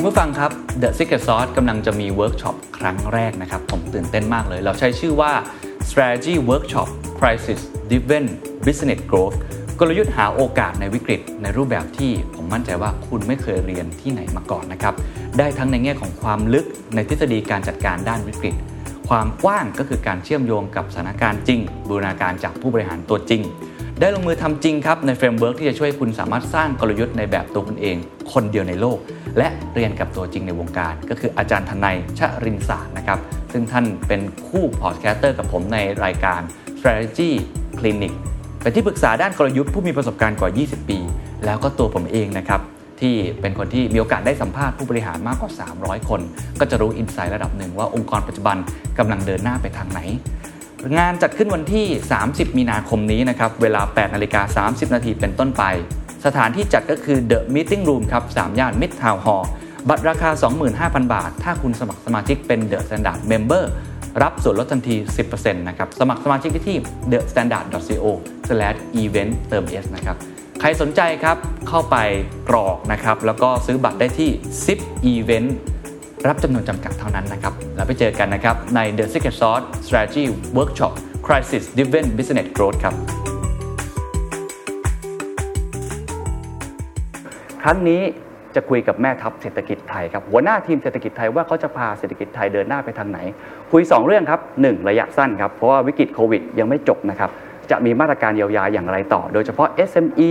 เมื่อฟังครับ The Secret Sauce กำลังจะมีเวิร์กช็อปครั้งแรกนะครับ ผมตื่นเต้นมากเลย เราใช้ชื่อว่า Strategy Workshop Crisis Driven Business Growth กลยุทธ์หาโอกาสในวิกฤตในรูปแบบที่ผมมั่นใจว่าคุณไม่เคยเรียนที่ไหนมาก่อนนะครับ ได้ทั้งในแง่ของความลึกในทฤษฎีการจัดการด้านวิกฤต ความกว้างก็คือการเชื่อมโยงกับสถานการณ์จริง บูรณาการจากผู้บริหารตัวจริง ได้ลงมือทำจริงครับ ในเฟรมเวิร์กที่จะช่วยคุณสามารถสร้างกลยุทธ์ในแบบตัวคุณเอง คนเดียวในโลก และเรียนกับตัวจริงในวงการ ก็คืออาจารย์ทนายชรินศาสตร์นะครับ ซึ่งท่านเป็นคู่พอดแคสเตอร์กับผมในรายการ strategy clinic เป็นที่ปรึกษาด้านกลยุทธ์ผู้มีประสบการณ์กว่า 20 ปี แล้วก็ตัวผมเองนะครับ ที่เป็นคนที่มีโอกาสได้สัมภาษณ์ผู้บริหารมากกว่า 300 คน ก็จะรู้อินไซต์ระดับหนึ่งว่าองค์กรปัจจุบันกำลังเดินหน้าไปทางไหน งานจัดขึ้นวันที่ 30 มีนาคมนี้นะครับ เวลา 8นาฬิกา30 นาทีเป็นต้นไป สถานที่จัดก็คือ The Meeting Room ครับ 3 ย่าน Mid Town Hall บัตรราคา 25,000 บาท ถ้าคุณสมัครสมาชิกเป็น The Standard Member รับส่วนลดทันที 10%นะครับ สมัครสมาชิกได้ที่ the standard co event เติม s นะครับ ใครสนใจครับ เข้าไปกรอกนะครับ แล้วก็ซื้อบัตรได้ที่ zip event รับจำนวนจำกัดเท่านั้นนะครับ แล้วไปเจอกันนะครับ ใน The Secret Sauce Strategy Workshop Crisis Driven Business Growth ครับ ครั้งนี้จะคุยกับแม่ทัพเศรษฐกิจไทยครับ หัวหน้าทีมเศรษฐกิจไทยว่าเขาจะพาเศรษฐกิจไทยเดินหน้าไปทางไหน คุย 2 เรื่องครับ 1 ระยะสั้นครับ เพราะว่าวิกฤตโควิดยังไม่จบนะครับ จะมีมาตรการเยียวยาอย่างไรต่อ โดยเฉพาะ SME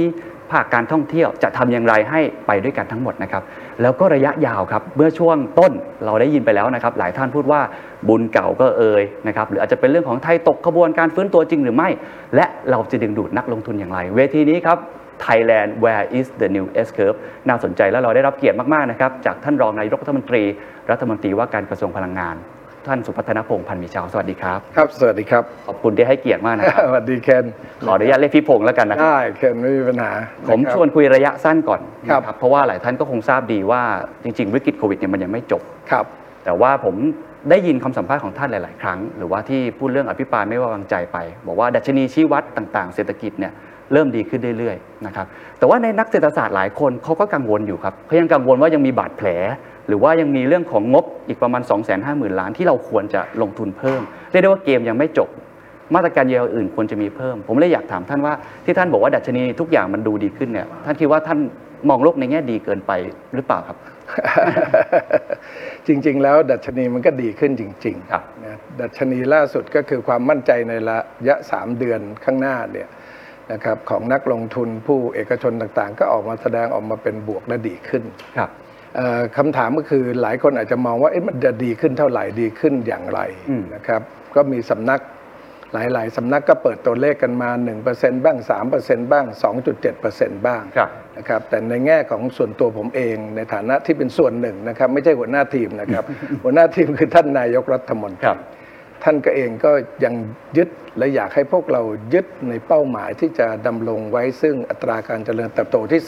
ภาคการท่องเที่ยวจะทำอย่างไรให้ไปด้วยกันทั้งหมดนะครับ แล้วก็ระยะยาวครับ เมื่อช่วงต้นเราได้ยินไปแล้วนะครับ หลายท่านพูดว่าบุญเก่าก็เอ่ยนะครับ หรืออาจจะเป็นเรื่องของไทยตกขบวนการฟื้นตัวจริงหรือไม่ และเราจะดึงดูดนักลงทุนอย่างไร เวทีนี้ครับ Thailand Where is the new S curve น่าสนใจและเราได้รับเกียรติมาก ๆ นะครับ จากท่านรองนายกรัฐมนตรี รัฐมนตรีว่าการกระทรวงพลังงาน ท่านสุพัฒนพงษ์พันธ์มีชาว สวัสดีครับ ครับ สวัสดีครับ ขอบคุณที่ให้เกียรติมากนะครับ สวัสดีเคน ขออนุญาตเรียกพี่พงษ์แล้วกันนะครับ ได้เคนไม่มีปัญหา ผม ะครับ ชวนคุยระยะสั้นก่อนนะครับ เพราะว่าหลายท่านก็คงทราบดีว่าจริง ๆ วิกฤตโควิดเนี่ยมันยังไม่จบ ครับ แต่ว่าผมได้ยินคำสัมภาษณ์ของท่านหลาย ๆ ครั้ง หรือว่าที่พูดเรื่องอภิปรายไม่ไว้วางใจไป บอกว่าดัชนีชี้วัดต่าง ๆ เศรษฐกิจเนี่ยเริ่มดีขึ้นเรื่อย ๆ นะครับ แต่ว่าในนักเศรษฐศาสตร์หลายคนเขาก็กังวลอยู่ครับเขายังกังวลว่ายังมีบาดแผล หรือว่ายังมีเรื่องของงบอีกประมาณ 2 5 0 0 0 0 ล้านที่เราควรจะลงทุนเพิ่มเรียกได้ว่าเกมยังไม่จบ มาตรการเยียวยาอื่นควรจะมีเพิ่ม ผมเลยอยากถามท่านว่าที่ท่านบอกว่าดัชนีทุกอย่างมันดูดีขึ้นเนี่ยท่านคิดว่าท่านมองโลกในแง่ดีเกินไปหรือเปล่าครับ จริง ๆ แล้วดัชนีมันก็ดีขึ้นจริง ครับ ๆนะดัชนีล่าสุดก็คือความมั่นใจในระยะ 3 เดือนข้างหน้าเนี่ยนะครับของนักลงทุนผู้เอกชนต่างๆ ก็ออกมาแสดงออกมาเป็นบวกและดีขึ้น ครับ เอ่อคำถามก็คือหลายคนอาจจะมองว่าเอ๊ะมันจะดีขึ้นเท่าไหร่ดีขึ้นอย่างไร อืม นะครับก็มีสำนักหลาย ๆสำนักก็เปิดตัวเลขกันมา 1%บ้าง 3%บ้าง 2.7%บ้าง ครับ นะครับแต่ในแง่ของส่วนตัวผมเองในฐานะที่เป็นส่วนหนึ่งนะครับไม่ใช่หัวหน้าทีม นะครับ หัวหน้าทีมคือท่านนายกรัฐมนต ครั รี บ ท่านก็เองก็ยังยึดและอยากให้พวกเรายึดในเป้าหมายที่จะดำรงไว้ซึ่งอัตราการเจริญเติบโตที่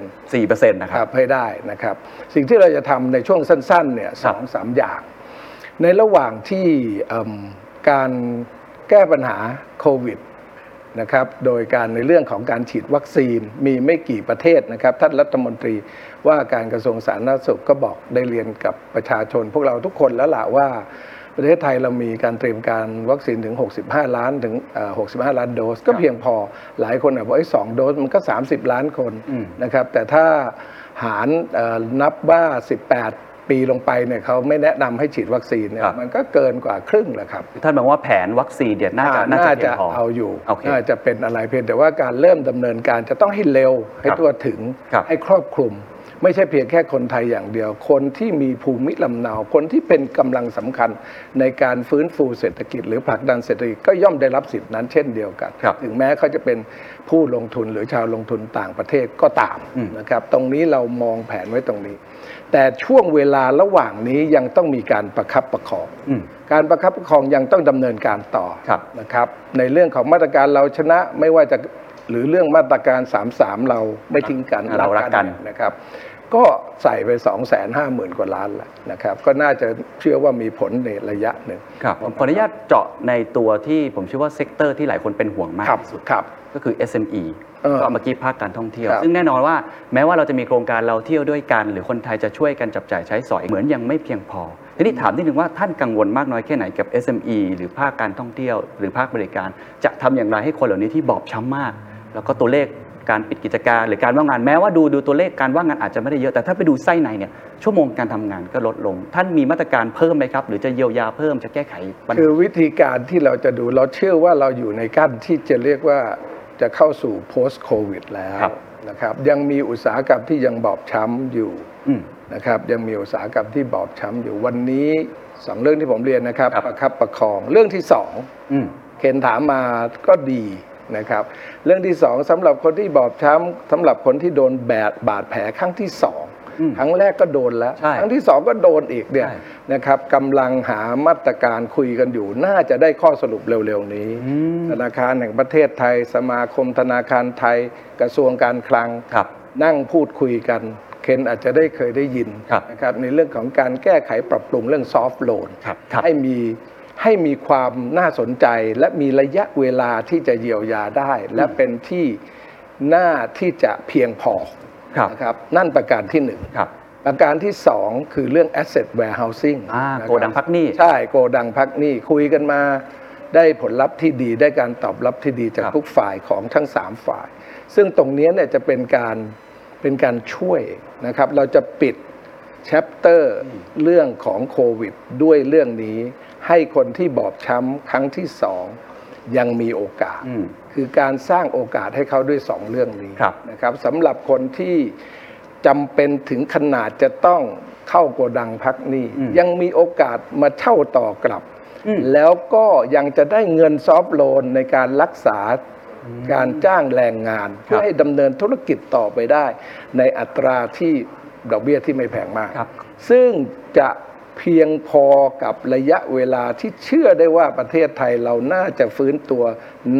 4% 4%นะค ครับ รับให้ได้นะครับ สิ่งที่เราจะทำในช่วงสั้นๆเนี่ย ค ส รับ องสามอย่าง ในระหว่างที่เอิ่มการแก้ปัญหาโควิดนะครับโดยการในเรื่องของการฉีดวัคซีนมีไม่กี่ประเทศนะครับ ท่านรัฐมนตรีว่าการกระทรวงสาธารณสุขก็บอกได้เรียนกับประชาชน พวกเราทุกคนแล้วล่ะว่า ประเทศไทยเรามีการเตรียมการวัคซีนถึง 65 ล้านถึงเอ่อ65 ล้านโดส ก็เพียงพอหลายคนอ่ะบอกไอ้สองโดสมันก็ 30 ล้านคน อืม นะครับแต่ถ้าหารเอ่อนับว่า 18 ปีลงไปเนี่ยเขาไม่แนะนำให้ฉีดวัคซีนเนี่ย ครับ มันก็เกินกว่าครึ่งแหละครับ ท่านบอกว่าแผนวัคซีนเนี่ยน่าจะน่าจะ น่า เพีย จะ งพอ เอาอยู่ โอเค น่าจะเป็นอะไรเพียงแต่ว่าการเริ่มดำเนินการจะต้องให้เร็วให้ ครับ ทั่วถึง ครับ ให้ครอบคลุม ไม่ใช่เพียงแค่คนไทยอย่างเดียว คนที่มีภูมิลำเนา คนที่เป็นกำลังสำคัญในการฟื้นฟูเศรษฐกิจ หรือผลักดันเศรษฐกิจก็ย่อมได้รับสิทธินั้นเช่นเดียวกัน ครับ ถึงแม้เขาจะเป็นผู้ลงทุนหรือชาวลงทุนต่างประเทศก็ตามนะครับตรงนี้เรามองแผนไว้ตรงนี้ แต่ช่วงเวลาระหว่างนี้ยังต้องมีการประคับประคอง อืม การประคับประคองยังต้องดำเนินการต่อ ครับ นะครับ ในเรื่องของมาตรการเราชนะไม่ว่าจะหรือเรื่องมาตรการ 33 เราไม่ทิ้งกัน อ่ะเรารักกัน นะครับ ก็ใส่ไป 2 5 0 0 0 0 กว่าล้านแล้วนะครับ ก็น่าจะเชื่อว่ามีผลในระยะหนึ่ง ครับผมขออนุญาตเจาะในตัวที่ผมเชื่อว่าเซกเตอร์ที่หลายคนเป็นห่วงมาก ครับ ที่สุด ครับ ก็คือ SME เออ ก็เมื่อกี้ภาคการท่องเที่ยว ครับ ซึ่งแน่นอนว่าแม้ว่าเราจะมีโครงการเราเที่ยวด้วยกัน หรือคนไทยจะช่วยกันจับจ่ายใช้สอยเหมือนยังไม่เพียงพอ ทีนี้ถามนิดนึงว่าท่านกังวลมากน้อยแค่ไหนกับ SME หรือภาคการท่องเที่ยว หรือภาคบริการ จะทำอย่างไรให้คนเหล่านี้ที่บอบช้ำมาก แล้วก็ตัวเลขการปิดกิจการ หรือการว่างงานแม้ว่าดูดูตัวเลขการว่างงานอาจจะไม่ได้เยอะแต่ถ้าไปดูไส้ในเนี่ยชั่วโมงการทำงานก็ลดลง ท่านมีมาตรการเพิ่มไหมครับหรือจะเยียวยาเพิ่มจะแก้ไขปัญ คื หา อวิธีการที่เราจะดูเราเชื่อว่าเราอยู่ในกั้นที่จะเรียกว่าจะเข้าสู่ post covid แล้ว ครับ นะครับยังมีอุตสาหกรรมที่ยังบอบช้ำอยู่ อืม นะครับยังมีอุตสาหกรรมที่บอบช้ำอยู่วันนี้สองเรื่องที่ผมเรียนนะครับ ครับ ประคับประคองเรื่องที่สอง อืม เคนถามมาก็ดีนะครับ เรื่องที่สองสำหรับคนที่บอบช้ำสำหรับคนที่โดนแบาดบาดแผลครั้งที่สอง อืม ครั้งแรกก็โดนแล้ว ใช่ ครั้งที่สองก็โดนอีกเนี่ย ใช่ นะครับกำลังหามาตรการคุยกันอยู่ น่าจะได้ข้อสรุปเร็วๆนี้ อืม ธนาคารแห่งประเทศไทย สมาคมธนาคารไทย กระทรวงการคลัง ครับ นั่งพูดคุยกัน เคนอาจจะได้เคยได้ยิน ครับ นะครับในเรื่องของการแก้ไขปรับปรุงเรื่องซอฟ t l โลน ครับครับ ให้มีให้มีความน่าสนใจและมีระยะเวลาที่จะเยียวยาได้ และเป็นที่น่าที่จะเพียงพอ ครับ นะครับนั่นประการที่หนึ่ง ครับ ประการที่สองคือเรื่อง asset warehousing อ่า นะครับ โกดังพักหนี้ ใช่โกดังพักหนี้คุยกันมา ได้ผลลัพธ์ที่ดีได้การตอบรับที่ดีจาก ครับ ทุกฝ่ายของทั้ง 3 ฝ่าย ซึ่งตรงเนี้ยเนี่ยจะเป็นการเป็นการช่วยนะครับ เราจะปิดแชปเตอร์เรื่องของโควิด ด้วยเรื่องนี้ ให้คนที่บอบช้ำครั้งที่สองยังมีโอกาส อืม คือการสร้างโอกาสให้เขาด้วย 2 เรื่องนี้ ครับ นะครับสำหรับคนที่จำเป็นถึงขนาดจะต้องเข้าโกดังพักหนี้ อืม ยังมีโอกาสมาเช่าต่อกลับ อืม แล้วก็ยังจะได้เงินซอฟต์โลนในการรักษาการจ้างแรงงาน เพื่อให้ดำเนินธุรกิจต่อไปได้ ในอัตราที่ดอกเบี้ยที่ไม่แพงมาก ครับ ซึ่งจะเพียงพอกับระยะเวลาที่เชื่อได้ว่าประเทศไทยเราน่าจะฟื้นตัว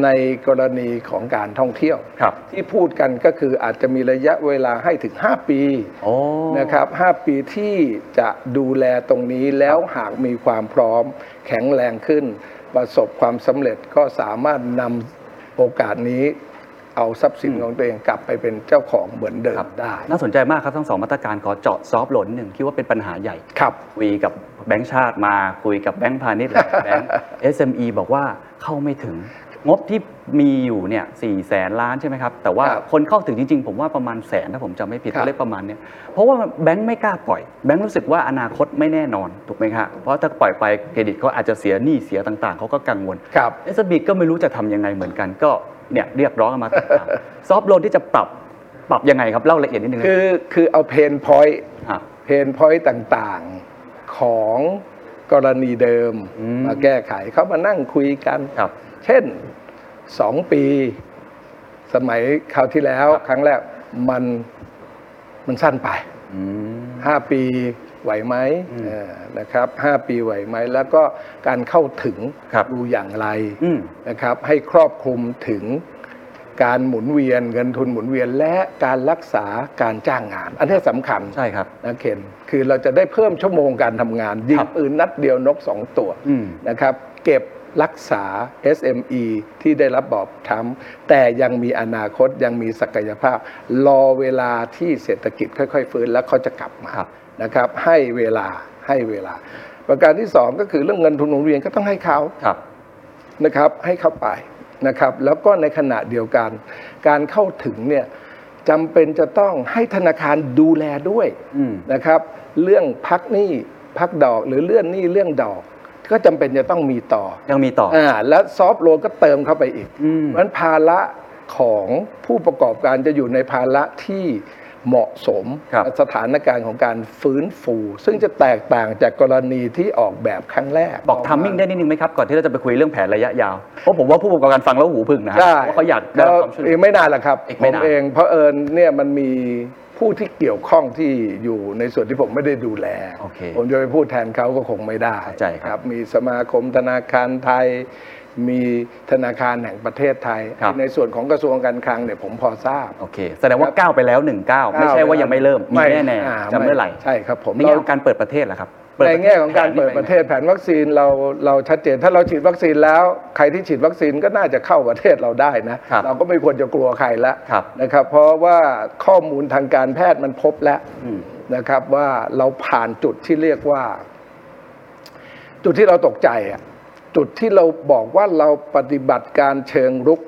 ในกรณีของการท่องเที่ยว ครับ ที่พูดกันก็คืออาจจะมีระยะเวลาให้ถึง 5 ปี โอ้ นะครับ 5 ปีที่จะดูแลตรงนี้แล้วหากมีความพร้อมแข็งแรงขึ้น ประสบความสำเร็จก็สามารถนำโอกาสนี้ เอาทรัพย์สินของตัวเองกลับไปเป็นเจ้าของเหมือนเดิ ครั ม บ ได้ น่าสนใจมากครับทั้งสองมาตรการขอเจาะซอฟต์โหลนหนึ่งคิดว่าเป็นปัญหาใหญ่ ครับ คุยกับแบงก์ชาติมาคุยกับแบงก์พาณิชย์หล ายแบงก์ SME บอกว่าเข้าไม่ถึง งบที่มีอยู่เนี่ยสี่แสนล้านใช่ไหมครับ แต่ว่า ครับ คนเข้าถึงจริง ๆ ผมว่าประมาณแสนถ้าผมจำไม่ผิด ครับ ตัวเลขประมาณเนี่ยเพราะว่าแบงก์ไม่กล้าปล่อยแบงก์รู้สึกว่าอนาคตไม่แน่นอนถูกไหมครับเพราะถ้าปล่อยไปเครดิตเขาอาจจะเสียหนี้เสียต่าง ๆเขาก็กังวล ครับ เอสบีก็ไม่รู้จะทำยังไงเหมือนกันก็เนี่ยเรียกร้องกันมาต่างๆ ซอฟโลนที่จะปรับปรับยังไงครับ เล่าละเอียดนิดนึงนะ คือคือเอาเพนพอยต์ ครับ เพนพอยต์ต่างๆของกรณีเดิม อืม มาแก้ไขเขามานั่งคุยกัน ครับ เช่น 2 ปี สมัยคราวที่แล้วครั้งแรกมันมันสั้นไป อืม 5 ปีไหวไหม อืม เออนะครับ 5 ปีไหวไหม แล้วก็การเข้าถึง ครับ ดูอย่างไร อืม นะครับให้ครอบคลุมถึงการหมุนเวียนเงินทุนหมุนเวียนและการรักษาการจ้างงาน อันนี้สำคัญ ใช่ครับ นะเคนคือเราจะได้เพิ่มชั่วโมงการทำงานยิ ค ง รับ ปืนนัดเดียวนกสองตัว อืม นะครับ เก็บรักษา SME ที่ได้รับบอบช้ำแต่ยังมีอนาคตยังมีศักยภาพ รอเวลาที่เศรษฐกิจค่อย ๆ ฟื้นแล้วเขาจะกลับมา ครับ นะครับให้เวลาให้เวลา ประการที่สองก็คือเรื่องเงินทุนหมุนเวียนก็ต้องให้เขา ครับ นะครับให้เข้าไปนะครับแล้วก็ในขณะเดียวกัน การเข้าถึงเนี่ยจำเป็นจะต้องให้ธนาคารดูแลด้วย อืม นะครับเรื่องพักหนี้พักดอกหรือเลื่อนหนี้เรื่องดอก ก็จำเป็นจะต้องมีต่อ ยังมีต่อ อ่าและซอฟต์โลนก็เติมเข้าไปอีก อืม เพราะฉะนั้นภาระของผู้ประกอบการจะอยู่ในภาระที่ เหมาะสม ครับ กับสถานการณ์ของการฟื้นฟู ซึ่งจะแตกต่างจากกรณีที่ออกแบบครั้งแรก บอกทัมมิ่งได้นิดนึงไหมครับก่อนที่เราจะไปคุยเรื่องแผนระยะยาวเพราะผมว่าผู้ประกอบการฟังแล้วหูผึ่งนะฮะ ใช่ ว่าเขาอยากได้รับความช่วยเหลื เอ อ งไม่นานหรอกครับ อีก ผ ไม่ ม นาน เองเพราะเอิญเนี่ยมันมีผู้ที่เกี่ยวข้องที่อยู่ในส่วนที่ผมไม่ได้ดูแล โอเค ผมจะไปพูดแทนเขาก็คงไม่ได้ เข้าใจครับ มีสมาคมธนาคารไทย มีธนาคารแห่งประเทศไทย ครับ ในส่วนของกระทรวงการคลังเนี่ยผมพอทราบ โอเค แสดงว่าก้าวไปแล้ว 19 ไม่ใช่ว่ายังไม่เริ่ม มีแน่ อ่า ๆจะเมื่อไหร่ ใช่ครับผม ในแง่ข เรา องการเปิดประเทศเหรอครับเปิด ในแง่ของการเปิด แผน ป นี่ ระ ไ เทศแผนวัคซีนเราเราชัดเจน ถ้าเราฉีดวัคซีนแล้วใครที่ฉีดวัคซีนก็น่าจะเข้าประเทศเราได้นะ ครับ เราก็ไม่ควรจะกลัวใครละ ครับ นะครับ เพราะว่าข้อมูลทางการแพทย์มันพบแล้ว อืม นะครับว่าเราผ่านจุดที่เรียกว่า จุดที่เราตกใจอะจุดที่เราบอกว่าเราปฏิบัติการเชิงรุก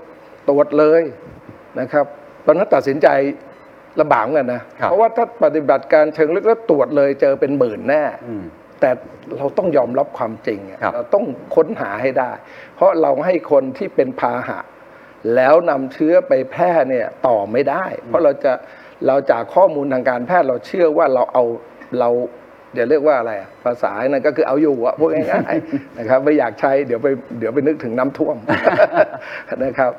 ตรวจเลยนะครับตอนนั้นตัดสินใจลำบากเหมือนกันนะครับ เพราะว่าถ้าปฏิบัติการเชิงลึกแล้วตรวจเลยเจอเป็นหมื่นแน่ อืม แต่เราต้องยอมรับความจริงอะ ครับ เราต้องค้นหาให้ได้ เพราะเราให้คนที่เป็นพาหะ แล้วนำเชื้อไปแพร่เนี่ยต่อไม่ได้ เพราะเราจะเราจากข้อมูลทางการแพทย์เราเชื่อว่าเราเอาเราเดี๋ยวเรียกว่าอะไรอะภาษานั่นก็คือเอาอยู่อะพวกง่ายๆ นะครับไม่อยากใช้เดี๋ยวไปเดี๋ยวไปนึกถึงน้ำท่วม นะครับ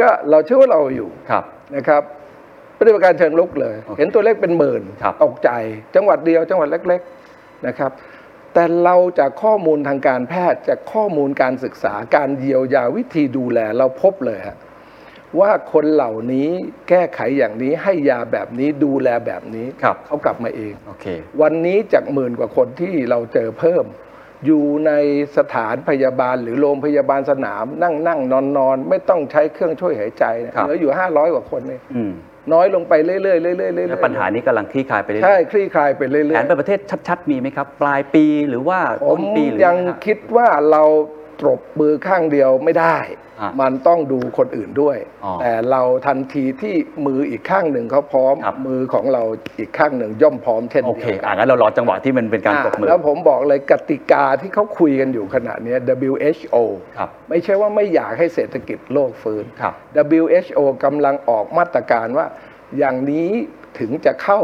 ก็เราเชื่อว่าเราเอาอยู่ ครับ นะครับปฏิบัติการเชิงลุกเลย โอเค เห็นตัวเลขเป็นหมื่น ครับ ตกใจ จังหวัดเดียวจังหวัดเล็กๆนะครับ แต่เราจากข้อมูลทางการแพทย์จากข้อมูลการศึกษาการเยียวยาวิธีดูแลเราพบเลยฮะว่าคนเหล่านี้แก้ไขอย่างนี้ให้ยาแบบนี้ดูแลแบบนี้ ครับ เขากลับมาเอง โอเค วันนี้จากหมื่นกว่าคนที่เราเจอเพิ่ม อยู่ในสถานพยาบาลหรือโรงพยาบาลสนาม นั่งนั่งนอนนอนๆ ไม่ต้องใช้เครื่องช่วยหายใจเนี่ย ครับ เหลืออยู่ 500 กว่าคนเนี่ย อืม น้อยลงไปเรื่อยๆเรื่อยๆเรื่อย และปัญหานี้กำลังคลี่คลายไปเรื่อย ใช่คลี่คลายไปเรื่ ๆแผ อน ย เปิดประเทศชัดๆ มีไหมครับ ปลายปีหรือว่า ๆผ ต้ ม นปีหรือ ยัง ไฮะ คิดว่าเราตรบมือข้างเดียวไม่ได้ อ่ะ มันต้องดูคนอื่นด้วย อ๋อ แต่เราทันทีที่มืออีกข้างหนึ่งเขาพร้อม ครับ มือของเราอีกข้างหนึ่งย่อมพร้อมเช่น โอ เดียว เค กัน อ่างั้นเรารอจังหวะที่มันเป็นการปรบมือ แล้วผมบอกเลยกติกาที่เขาคุยกันอยู่ขณะเนี้ย WHO ครับ ไม่ใช่ว่าไม่อยากให้เศรษฐกิจโลกฟื้น ครับ WHO กำลังออกมาตรการว่า อย่างนี้ถึงจะเข้า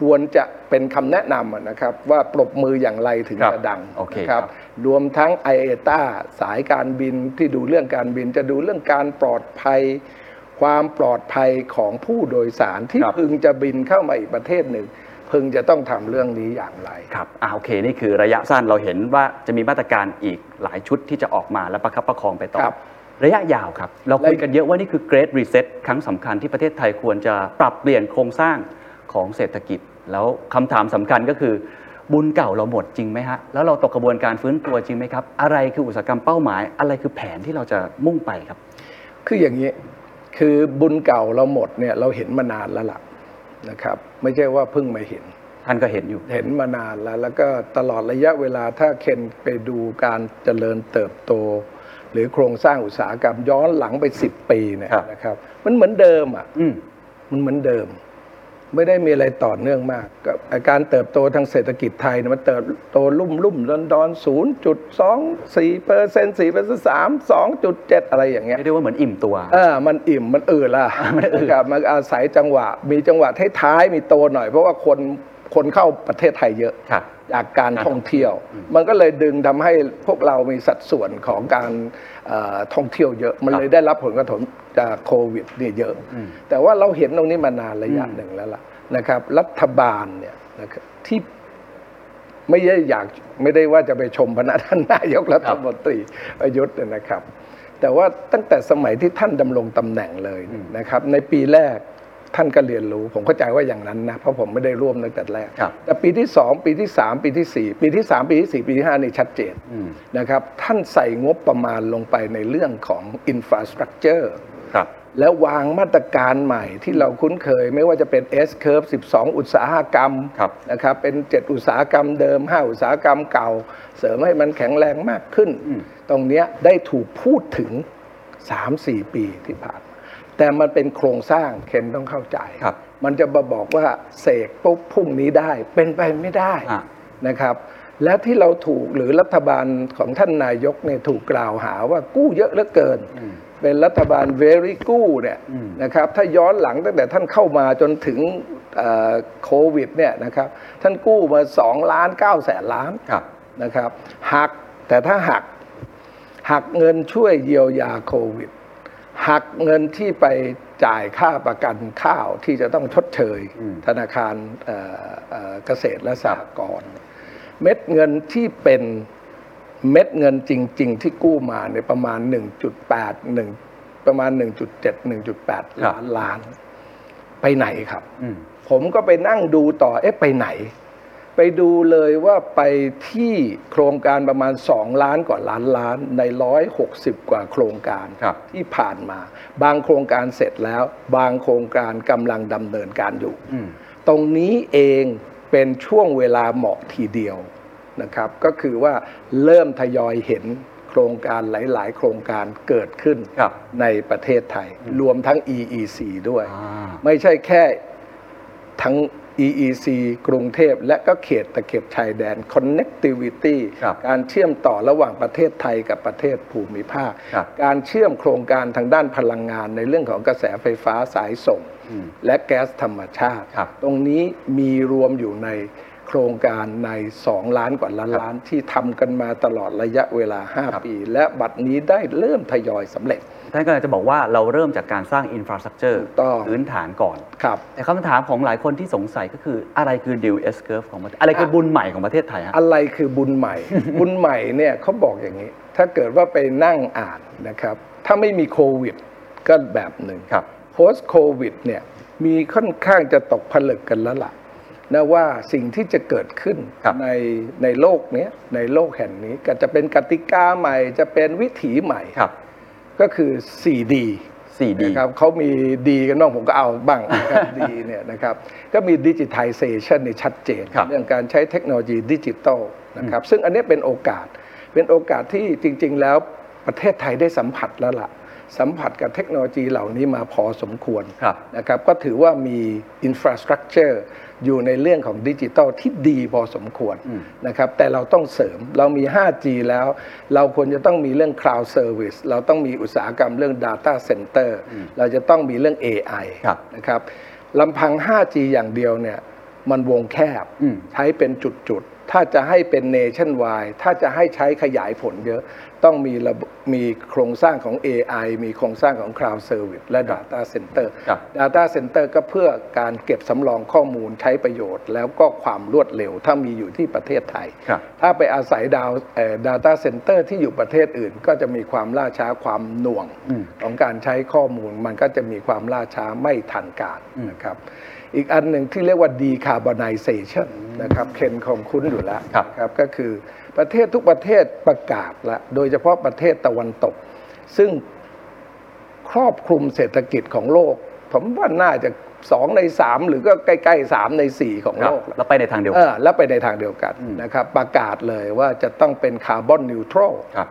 ควรจะเป็นคำแนะนำอะนะครับ ว่าปรบมืออย่างไรถึง ครับ จะดัง โอเค นะครับ รวมทั้ง i อเอตาสายการบินที่ดูเรื่องการบินจะดูเรื่องการปลอดภัย ความปลอดภัยของผู้โดยสารที่พึงจะบินเข้ามาอีกประเทศหนึ่ง พึงจะต้องทำเรื่องนี้อย่างไร ครับอ่าโอเค นี่คือระยะสั้นเราเห็นว่าจะมีมาตรการอีกหลายชุดที่จะออกมาและประคับประคองไปต่อ ครับ ระยะยาวครับ เราคุยกันเยอะว่านี่คือ Great Reset ครั้งสำคัญที่ประเทศไทยควรจะปรับเปลี่ยนโครงสร้างของเศรษฐกิจ แล้วคำถามสำคัญก็คือ บุญเก่าเราหมดจริงไหมฮะ แล้วเราตกกระบวนการฟื้นตัวจริงไหมครับ อะไรคืออุตสาหกรรมเป้าหมาย อะไรคือแผนที่เราจะมุ่งไปครับ คืออย่างนี้คือบุญเก่าเราหมดเนี่ยเราเห็นมานานแล้วล่ะนะครับ ไม่ใช่ว่าเพิ่งมาเห็น ท่านก็เห็นอยู่ เห็นมานานแล้ว แล้วก็ตลอดระยะเวลาถ้าเคนไปดูการเจริญเติบโต หรือโครงสร้างอุตสาหกรรมย้อนหลังไป 10 ปีเนี่ย ครับ นะครับ มันเหมือนเดิมอ่ะ อืม มันเหมือนเดิม ไม่ได้มีอะไรต่อเนื่องมากก็การเติบโตทางเศรษฐกิจไทยเนี่ยมันเติบโตลุ่มลุ่มดอนดอนศูนย์จุดสองสี่เปอร์เซ็นต์สี่เปอร์เซ็นต์สามสองจุดเจ็ดอะไรอย่างเงี้ย เรียกได้ว่าเหมือนอิ่มตัว เออมันอิ่ม มันอืดล่ะ มันอืดมันอาศัยจังหวะ มีจังหวะท้ายๆมีโตหน่อย เพราะว่าคนคนเข้าประเทศไทยเยอะ ครับ จากการท่องเที่ยว มันก็เลยดึงทำให้พวกเรามีสัดส่วนของการเอ่อท่องเที่ยวเยอะ มัน ครับ เลยได้รับผลกระทบจากโควิดเนี่ยเยอะ แต่ว่าเราเห็นตรงนี้มานานระยะ อืม หนึ่งแล้วล่ะนะครับ รัฐบาลเนี่ยนะครับที่ไม่ได้อยากไม่ได้ว่าจะไปชมพนักท่านนายกรัฐมนตรีประยุทธ์เนี่ยนะครับ แต่ว่าตั้งแต่สมัยที่ท่านดำรงตำแหน่งเลยเนี่ยนะครับ ในปีแรกท่านก็เรียนรู้ ผมเข้าใจว่าอย่างนั้นนะเพราะผมไม่ได้ร่วมตั้งแต่แรก ครับ แต่ปีที่ 2 ปีที่ 3 ปีทีสี่4 ปีที่ 3 ปีที่ 4 ปีที่ 5 นี่ชัดเจน อืม นะครับ ท่านใส่งบประมาณลงไปในเรื่องของอินฟราสตรักเจอร์ ครับ แล้ววางมาตรการใหม่ที่เราคุ้นเคย ไม่ว่าจะเป็น S curve 12 อุตสาหกรรม ครับ นะครับเป็น 7 อุตสาหกรรมเดิม 5 อุตสาหกรรมเก่า เสริมให้มันแข็งแรงมากขึ้น ตรงเนี้ยได้ถูกพูดถึง 3-4 ปีที่ผ่านมาแต่มันเป็นโครงสร้างเคนต้องเข้าใจ ครับ มันจะมาบอกว่าเสกปุ๊บพรุ่งนี้ได้เป็นไปไม่ได้ อ่ะ นะครับ และที่เราถูกหรือรัฐบาลของท่านนายกเนี่ยถูกกล่าวหาว่ากู้เยอะเหลือเกิน เป็นรัฐบาล very กู้เนี่ย อืม นะครับถ้าย้อนหลังตั้งแต่ท่านเข้ามาจนถึง เอ่อโควิดเนี่ยนะครับท่านกู้มา2ล้าน9แสนล้าน ครับ นะครับหักแต่ถ้าหักหักเงินช่วยเยียวยาโควิด หักเงินที่ไปจ่ายค่าประกันข้าวที่จะต้องชดเชย ธนาคารเอ่อเอ่อเกษตรและสหกรณ์เม็ดเงินที่เป็นเม็ดเงินจริง ๆ ที่กู้มาเนี่ยประมาณ 1.8 1ประมาณ 1.7 1.8 ล้านล้าน ไปไหนครับ อืม ผมก็ไปนั่งดูต่อ เอ๊ะไปไหน ไปดูเลยว่าไปที่โครงการประมาณ 2 ล้านกว่าล้านล้านใน 160 กว่าโครงการ ครับ ที่ผ่านมา บางโครงการเสร็จแล้ว บางโครงการกำลังดำเนินการอยู่ อืม ตรงนี้เองเป็นช่วงเวลาเหมาะทีเดียวนะครับ ก็คือว่าเริ่มทยอยเห็นโครงการหลาย ๆ โครงการเกิดขึ้น ครับ ในประเทศไทย รวมทั้ง EEC ด้วย อ่า ไม่ใช่แค่ทั้ง EEC กรุงเทพและก็เขตตะเข็บชายแดน connectivity ครับ การเชื่อมต่อระหว่างประเทศไทยกับประเทศภูมิภาค ครับ การเชื่อมโครงการทางด้านพลังงานในเรื่องของกระแสไฟฟ้าสายส่ง อืม และแก๊สธรรมชาติ ครับ ตรงนี้มีรวมอยู่ในโครงการใน 2 ล้านกว่าล้านล้านที่ทำกันมาตลอดระยะเวลา 5 ปี และบัดนี้ได้เริ่มทยอยสำเร็จ ท่านก็จะบอกว่าเราเริ่มจากการสร้างอินฟราสตรักเจอร์ ถูกต้อง พื้นฐานก่อน ครับ แต่คำถามของหลายคนที่สงสัยก็คืออะไรคือดิวเอสเคิร์ฟของประเทศอะไรคือบุญใหม่ของประเทศไทยฮะ อะไรคือบุญ ใหม่ บุญใหม่เนี่ยเขาบอกอย่างนี้ ถ้าเกิดว่าไปนั่งอ่านนะครับ ถ้าไม่มีโควิดก็แบบหนึ่ง ครับ post covid เนี่ยมีค่อนข้างจะตกผลึกกันแล้วล่ะนะว่าสิ่งที่จะเกิดขึ้น ครับ ในในโลกเนี้ยในโลกแห่งนี้ก็จะเป็นกติกาใหม่จะเป็นวิถีใหม่ ครับ ก็คือ 4D 4D นะครับเขามีดีกันบ้างผมก็เอา บ้างนะครับ ดีเนี่ยนะครับก็มีดิจิทัลเซชันนี่ชัดเจน ครับ เรื่องการใช้เทคโนโลยีดิจิตอลนะครับซึ่งอันเนี้ยเป็นโอกาส เป็นโอกาสที่จริง ๆ แล้วประเทศไทยได้สัมผัสแล้วล่ะ สัมผัสกับเทคโนโลยีเหล่านี้มาพอสมควร ครับ นะครับก็ถือว่ามีอินฟราสตรักเจอร์อยู่ในเรื่องของดิจิทัลที่ดีพอสมควร อืม นะครับแต่เราต้องเสริมเรามี 5G แล้ว เราควรจะต้องมีเรื่อง cloud service เราต้องมีอุตสาหกรรมเรื่อง data center เราจะต้องมีเรื่อง AI ครับ นะครับลำพัง 5G อย่างเดียวเนี่ยมันวงแคบ อืม ใช้เป็นจุดๆ ถ้าจะให้เป็นเนชั่นวายถ้าจะให้ใช้ขยายผลเยอะ ต้องมีระบบมีโครงสร้างของ AI มีโครงสร้างของ Cloud Service และ Data Center ครับ Data Center ก็เพื่อการเก็บสำรองข้อมูลใช้ประโยชน์ แล้วก็ความรวดเร็ว ถ้ามีอยู่ที่ประเทศไทย ครับ ถ้าไปอาศัยดาวเอ่อ data center ที่อยู่ประเทศอื่น ก็จะมีความล่าช้าความหน่วง อืม ของการใช้ข้อมูล มันก็จะมีความล่าช้าไม่ทันการ อืม นะครับ อีกอันหนึ่งที่เรียกว่า decarbonization นะครับเคนของคุ้นอยู่แล้ว ครับ ครับก็คือประเทศทุกประเทศประกาศละโดยเฉพาะประเทศตะวันตก ซึ่งครอบคลุมเศรษฐกิจของโลก ผมว่าน่าจะสองในสามหรือก็ใกล้ๆสามในสี่ของ ครับ โลกละ แล้วไปในทางเดียว เอ กัน อแล้วไปในทางเดียวกันนะครับประกาศเลยว่าจะต้องเป็นคาร์บอนนิวทรัล ครับ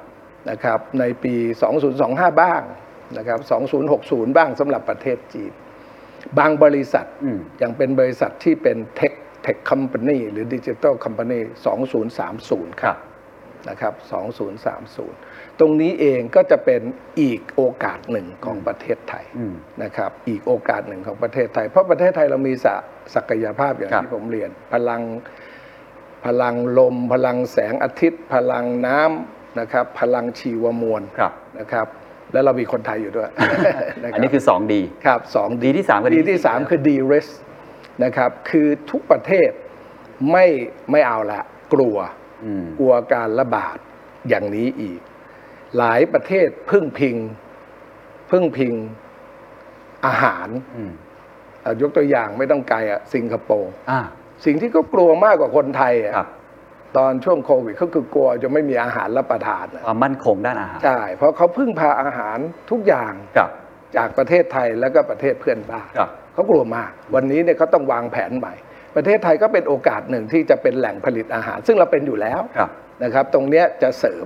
นะครับในปี 2025 บ้างนะครับ2060 บ้างสำหรับประเทศจีน บางบริษัท อืม ยังเป็นบริษัทที่เป็นเทคเทคคอมพานีหรือดิจิ t a ลคอมพานี2030 ค ครัรับบ นะครับ2030 ตรงนี้เองก็จะเป็นอีกโอกาสหนึ่งของประเทศไทย อืม นะครับอีกโอกาสหนึ่งของประเทศไทย เพราะประเทศไทยเรามีสะศักยภาพอย่าง ครับ ที่ผมเรียน พลังพลังลม พลังแสงอาทิตย์ พลังน้ำนะครับ พลังชีวมวล ครับ นะครับ แล้วเรามีคนไทยอยู่ด้วย ะรับ อันนี้คือ 2D ครับสอง ดีที่สามก็ ดีที่สามคือดีริสนะครับ คือทุกประเทศไม่ไม่เอาละกลัว อืม กลัวการระบาดอย่างนี้อีก หลายประเทศพึ่งพิงพึ่งพิงอาหาร อืม เอ่อยกตัวอย่างไม่ต้องไกลอะสิงคโปร์ อ่า สิ่งที่เขากลัวมากกว่าคนไทยอะ ครับ ตอนช่วงโควิดเขาคือกลัวจะไม่มีอาหารรับประทานอะ ความมั่นคงด้านอาหาร ใช่เพราะเขาพึ่งพาอาหารทุกอย่าง ครับ จากประเทศไทยแล้วก็ประเทศเพื่อนบ้าน ครับ เขากลัวมาก วันนี้เนี่ยเขาต้องวางแผนใหม่ ประเทศไทยก็เป็นโอกาสหนึ่งที่จะเป็นแหล่งผลิตอาหาร ซึ่งเราเป็นอยู่แล้ว ครับ นะครับตรงเนี้ยจะเสริม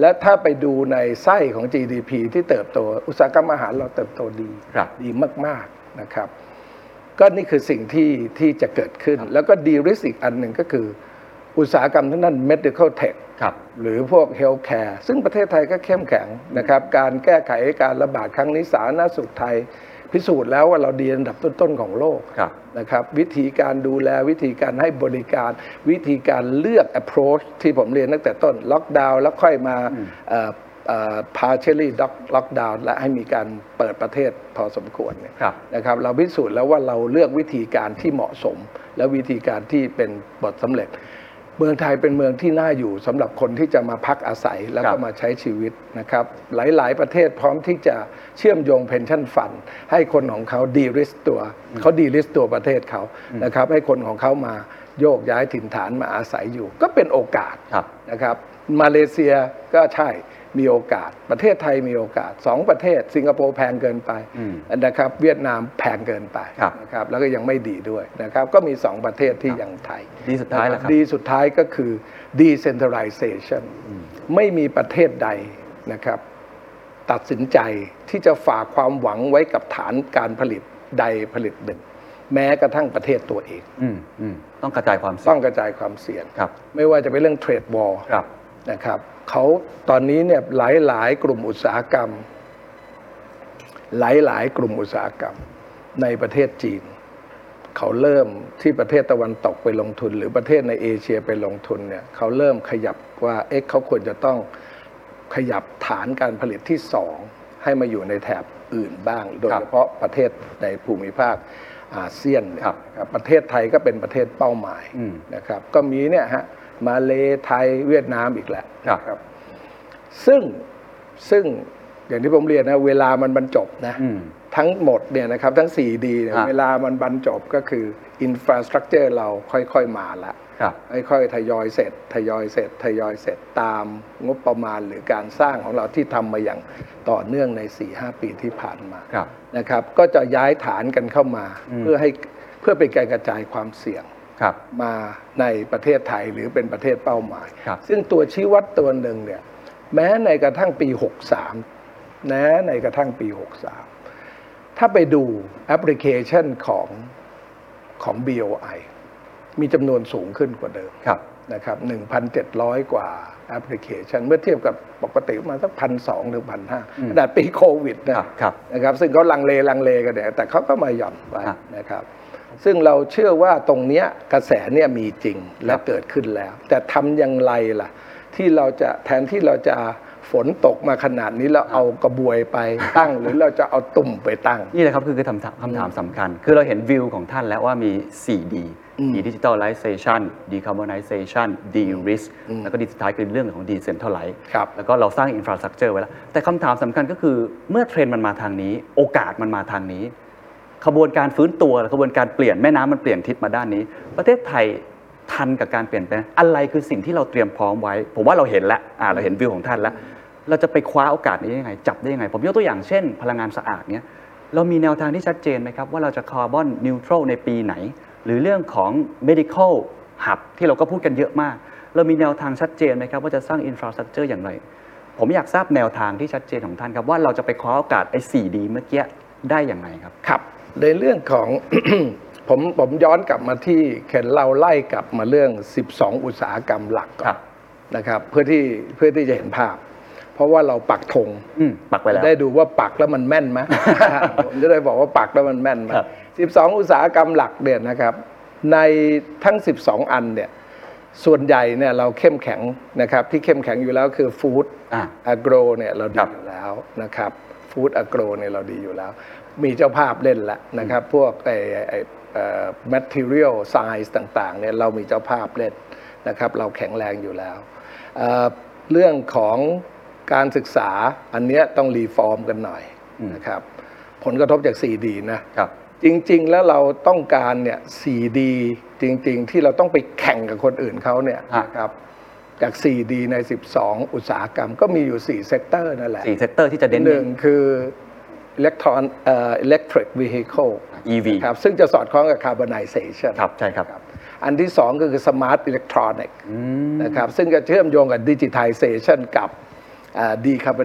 และถ้าไปดูในไส้ของ GDP ที่เติบโต อุตสาหกรรมอาหารเราเติบโตดี ครับ ดีมาก ๆ นะครับ ก็นี่คือสิ่งที่ที่จะเกิดขึ้น แล้วก็ดีริสอีกอันหนึ่งก็คือ อุตสาหกรรมทั้งนั้น medical tech ครับ หรือพวก healthcare ซึ่งประเทศไทยก็เข้มแข็งนะครับ การแก้ไขการระบาดครั้งนี้สาธารณสุขไทย พิสูจน์แล้วว่าเราดีอันดับต้นๆของโลก ครับ นะครับวิธีการดูแลวิธีการให้บริการ วิธีการเลือก approach ที่ผมเรียนตั้งแต่ต้นล็อกดาวน์แล้วค่อยมาเอ่อเอ่อ partially ล็อกดาวน์และให้มีการเปิดประเทศพอสมควรเนี่ย ครับ นะครับเราพิสูจน์แล้วว่าเราเลือกวิธีการที่เหมาะสม และวิธีการที่เป็นบทสำเร็จ เมืองไทยเป็นเมืองที่น่าอยู่สำหรับคนที่จะมาพักอาศัยแล้ว ครั ก็ บ มาใช้ชีวิตนะครับ หลาย ๆ ประเทศพร้อมที่จะเชื่อมโยงเพนชั่นฟัน ให้คนของเขาดีริสตัว เขาดีริสตัวประเทศเขานะครับ ให้คนของเขามาโยกย้ายถิ่นฐานมาอาศัยอยู่ ก็เป็นโอกาส ครับ นะครับมาเลเซียก็ใช่มีโอกาส ประเทศไทยมีโอกาสสองประเทศ สิงคโปร์แพงเกินไป อืม นะครับเวียดนามแพงเกินไป ครับ นะครับแล้วก็ยังไม่ดีด้วยนะครับก็มี 2 ประเทศที่ยังไทย ดีสุดท้ายแล้วครับ ดีสุดท้ายก็คือ decentralization ไม่มีประเทศใดนะครับ ตัดสินใจที่จะฝากความหวังไว้กับฐานการผลิตใดผลิตหนึ่ง แม้กระทั่งประเทศตัวเอง อืมอืมต้องกระจายความเสี่ย ต้ ง องกระจายความเสี่ยง ครับ ไม่ว่าจะเป็นเรื่องเทรดบอล ครับ นะครับเขาตอนนี้เนี่ยหลายหลายๆกลุ่มอุตสาหกรรม หลายหลายๆกลุ่มอุตสาหกรรมในประเทศจีน เขาเริ่มที่ประเทศตะวันตกไปลงทุน หรือประเทศในเอเชียไปลงทุนเนี่ยเขาเริ่มขยับว่าเอ๊ะเขาควรจะต้องขยับฐานการผลิตที่สองให้มาอยู่ในแถบอื่นบ้าง โดย ครับ เฉพาะประเทศในภูมิภาคอาเซียนเนี่ย ครับ นะครับประเทศไทยก็เป็นประเทศเป้าหมาย อืม นะครับก็มีเนี่ยฮะมาเลไทยเวียดนามอีกแหละ ครับ ครับซึ่งซึ่งอย่างที่ผมเรียนนะเวลามันบรรจบนะ อืม ทั้งหมดเนี่ยนะครับทั้ง 4D เนี่ย ครับ เวลามันบรรจบก็คืออินฟราสตรักเจอร์เราค่อยๆมาละ ครับ ค่อยๆทยอยเสร็จ ทยอยเสร็จ ทยอยเสร็จตามงบประมาณหรือการสร้างของเราที่ทำมาอย่างต่อเนื่องใน 4-5 ปีที่ผ่านมา ครับ นะครับ ก็จะย้ายฐานกันเข้ามา อืม เพื่อให้เพื่อเป็นการกระจายความเสี่ยง ครับ มาในประเทศไทยหรือเป็นประเทศเป้าหมาย ครับ ซึ่งตัวชี้วัดตัวหนึ่งเนี่ยแม้ในกระทั่งปี 63นะในกระทั่งปี 63 ถ้าไปดูแอปพลิเคชันของของ BOI มีจำนวนสูงขึ้นกว่าเดิม ครับ นะครับ1,700 กว่าแอปพลิเคชัน เมื่อเทียบกับปกติประมาณสักพันสองถึงพันห้า อืม ขนาดปีโควิดนะ ครับ ครับ นะครับซึ่งเขาลังเลลังเลกันเนี่ยแต่เขาก็มาหย่อนไป ครับ นะครับ ซึ่งเราเชื่อว่าตรงเนี้ยกระแสเนี่ยมีจริงและเกิดขึ้นแล้ว แต่ทำอย่างไรล่ะ ที่เราจะแทนที่เราจะฝนตกมาขนาดนี้เราเอากระบวยไปตั้ ง หรือเราจะเอาตุ่มไปตั้ง นี่แหละครับคือคำถามคำถามสำคัญ คือเราเห็นวิวของท่านแล้วว่ามี 4D อืม Digitalization Decarbonization De-risk แล้วก็ดีสุดท้ายคือเรื่องของ Decentralize ครับ แล้วก็เราสร้าง Infrastructure ไว้แล้ว แต่คำถามสำคัญก็คือเมื่อเทรนด์มันมาทางนี้ โอกาสมันมาทางนี้ ขบวนการฟื้นตัวขบวนการเปลี่ยนแม่น้ำมันเปลี่ยนทิศมาด้านนี้ ประเทศไทยทันกับการเปลี่ยนแปลงอะไรคือสิ่งที่เราเตรียมพร้อมไว้ ผมว่าเราเห็นแล้วอ่าเราเห็นวิวของท่านแล้ว เราจะไปคว้าโอกาสนี้ยังไง จับได้ยังไง ผมยกตัวอย่างเช่น พลังงานสะอาดเนี้ยเรามีแนวทางที่ชัดเจนไหมครับ ว่าเราจะคาร์บอนนิวทรัลในปีไหน หรือเรื่องของ medical hub ที่เราก็พูดกันเยอะมาก เรามีแนวทางชัดเจนไหมครับ ว่าจะสร้างอินฟราสตรักเจอร์อย่างไร ผมอยากทราบแนวทางที่ชัดเจนของท่านครับว่าเราจะไปคว้าโอกาสไอ้ 4D เมื่อกี้ได้อย่างไรครับ ครับในเรื่องของ ผมผมย้อนกลับมาที่เข็นเราไล่กลับมาเรื่อง 12 อุตสาหกรรมหลักก่อนนะครับเพื่อที่เพื่อที่จะเห็นภาพ เพราะว่าเราปักธง อืมปักไปแล้ว ได้ดูว่าปักแล้วมันแม่นไหม ผมจะได้บอกว่าปักแล้วมันแม่นไหม ครับ สิบสองอุตสาหกรรมหลักเนี่ยนะครับ ในทั้ง 12 อันเนี่ย ส่วนใหญ่เนี่ยเราเข้มแข็งนะครับ ที่เข้มแข็งอยู่แล้วคือฟู้ด อ่ะ อ g r รเนี่ยเราดี ครับ อยู่แล้วนะครับฟู้ดอ g r รเนี่ยเราดีอยู่แล้ว มีเจ้าภาพเล่นละนะครับ พวกไอ้ไอ้เอ่อ material science ต่างๆเนี่ยเรามีเจ้าภาพเล่นนะครับ เราแข็งแรงอยู่แล้วเอ่อเรื่องของการศึกษาอันเนี้ยต้องรีฟอร์มกันหน่อย อืม นะครับ ผลกระทบจาก 4D นะ ครับ จริง ๆ แล้วเราต้องการเนี่ย 4D จริง ๆ ที่เราต้องไปแข่งกับคนอื่นเขาเนี่ย ฮะ นะครับจาก 4D ใน 12 อุตสาหกรรมก็มีอยู่ 4 เซกเตอร์นั่นแหละ สี่เซกเตอร์ที่จะเด่น ห เด่ นึ่ น งคืออิเล็กทรอนเอ่อ electric vehicle EV ครับซึ่งจะสอดคล้องกับ carbonization ครับใช่ครับ ครับอันที่สองก็คือ smart electronic อืม นะครับซึ่งจะเชื่อมโยงกับ digitization กับอ่า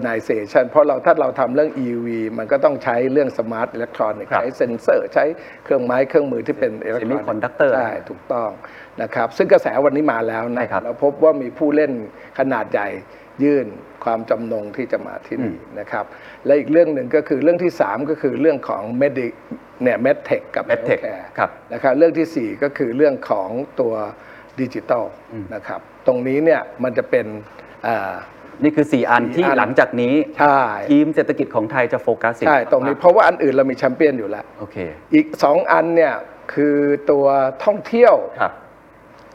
decarbonization เพราะเราถ้าเราทำเรื่อง EV มันก็ต้องใช้เรื่อง smart electronic ครับ ใช้เซ็นเซอร์ ใช้เครื่องไม้เครื่องมือที่เป็น electronic Semiconductor ใช่ ถูกต้องนะครับซึ่งกระแสวันนี้มาแล้ว ใช่ นะครับ เราพบว่ามีผู้เล่นขนาดใหญ่ ยื่นความจำนงที่จะมาที่นี่นะครับและอีกเรื่องหนึ่งก็คือเรื่องที่ 3 ก็คือเรื่องของ Medi เนี่ย MedTech กับ MedTech Healthcare ครับ นะครับเรื่องที่ 4 ก็คือเรื่องของตัวดิจิตอลนะครับตรงนี้เนี่ยมันจะเป็นอ่า นี่คือ 4 อันที่ สี่อัน หลังจากนี้ ใช่ ทีมเศรษฐกิจของไทยจะโฟกัสสิ ใช่ตรงนี้เพราะว่าอันอื่นเรามีแชมเปี้ยนอยู่แล้ว โอเค อีก 2 อันเนี่ยคือตัวท่องเที่ยว ครับ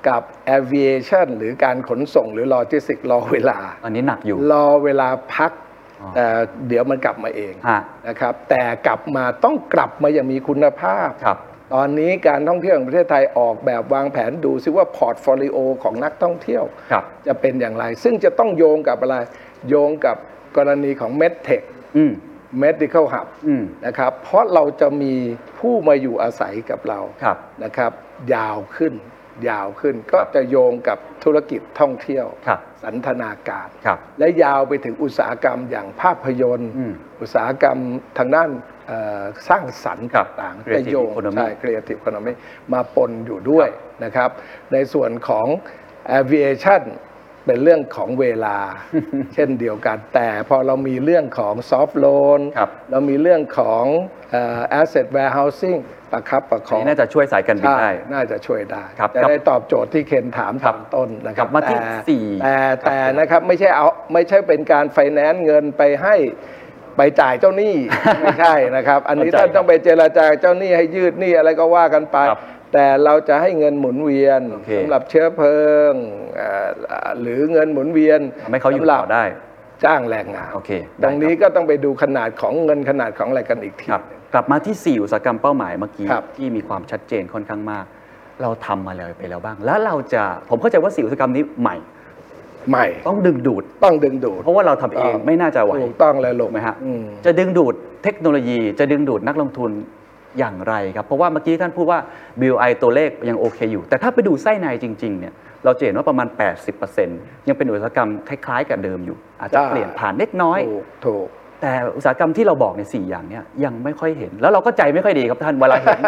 กับ aviation หรือการขนส่งหรือ logistics รอเวลา อันนี้หนักอยู่ รอเวลาพัก อ๋อ เอ่อเดี๋ยวมันกลับมาเอง ฮะ นะครับ แต่กลับมาต้องกลับมาอย่างมีคุณภาพ ครับ ตอนนี้การท่องเที่ยวของประเทศไทยออกแบบวางแผนดูซิว่าพอร์ตโฟลิโอของนักท่องเที่ยว ครับ จะเป็นอย่างไร ซึ่งจะต้องโยงกับอะไร โยงกับกรณีของ MedTech อืม Medical Hub อืม นะครับ เพราะเราจะมีผู้มาอยู่อาศัยกับเรา ครับ นะครับ ยาวขึ้น ยาวขึ้น ก็จะโยงกับธุรกิจท่องเที่ยว ครับ สันทนาการ ครับ และยาวไปถึงอุตสาหกรรมอย่างภาพยนตร์ อืม อุตสาหกรรมทางด้านเอ่อสร้างสรรค์ ครับ ต่างๆ Creative จะโยง Economy ใช่ Creative Economy มาปนอยู่ด้วยนะครับ ในส่วนของ Aviation เป็นเรื่องของเวลา เช่นเดียวกัน แต่พอเรามีเรื่องของ Soft Loan ครับ เรามีเรื่องของเอ่อ Asset Warehousing ประคับประค อัน อง นี้น่าจะช่วยสายการบิน ใช่ ได้ น่าจะช่วยได้ ครับ จะ ครับ ได้ตอบโจทย์ที่เคนถาม ครั ต บ อนต้นนะครับ กลับมาที่ แต่ สี่ แต่ แต่นะครับไม่ใช่เอาไม่ใช่เป็นการไฟแนนซ์เงินไปให้ไปจ่ายเจ้าห นี้ ไม่ใช่นะครับ อันนี้ เข้าใจ ท่านต้องไปเจราจาเจ้าหนี้ให้ยืดหนี้อะไรก็ว่ากันไป ครับ แต่เราจะให้เงินหมุนเวียน โอเค สำหรับเชื้อเพลิงเอ่อหรือเงินหมุนเวียน ทำให้เขาอยู่ สำหรับ ต่อได้ จ้างแรงงาน โอเค ต ได้ รงนี้ก็ต้องไปดูขนาดของเงินขนาดของอะไรกันอีกที ครับ กลับมาที่ 4 อุตสาหกรรมเป้าหมายเมื่อกี้ ครับ ที่มีความชัดเจนค่อนข้างมาก เราทำมาแล้วไปแล้วบ้าง แล้วเราจะ ผมเข้าใจว่า 4 อุตสาหกรรมนี้ใหม่ ใหม่ ต้องดึงดูด ต้องดึงดูด เพราะว่าเราทำเองไม่น่าจะไหว ถูกต้องเลยลูก ถูกไหมฮะ อืม จะดึงดูดเทคโนโลยีจะดึงดูดนักลงทุนอย่างไรครับ เพราะว่าเมื่อกี้ท่านพูดว่า BI ตัวเลขยังโอเคอยู่ แต่ถ้าไปดูไส้ในจริงๆเนี่ยเราจะเห็นว่าประมาณ 80%ยังเป็นอุตสาหกรรมคล้ายๆกับเดิมอยู่ อาจจะ ใช่ เปลี่ยนผ่านเล็กน้อย ถูกถูก แต่อุตสาหกรรมที่เราบอกในยสี่อย่างเนี่ยยังไม่ค่อยเห็น แล้วเราก็ใจไม่ค่อยดีครับท่านเวลาเห็ น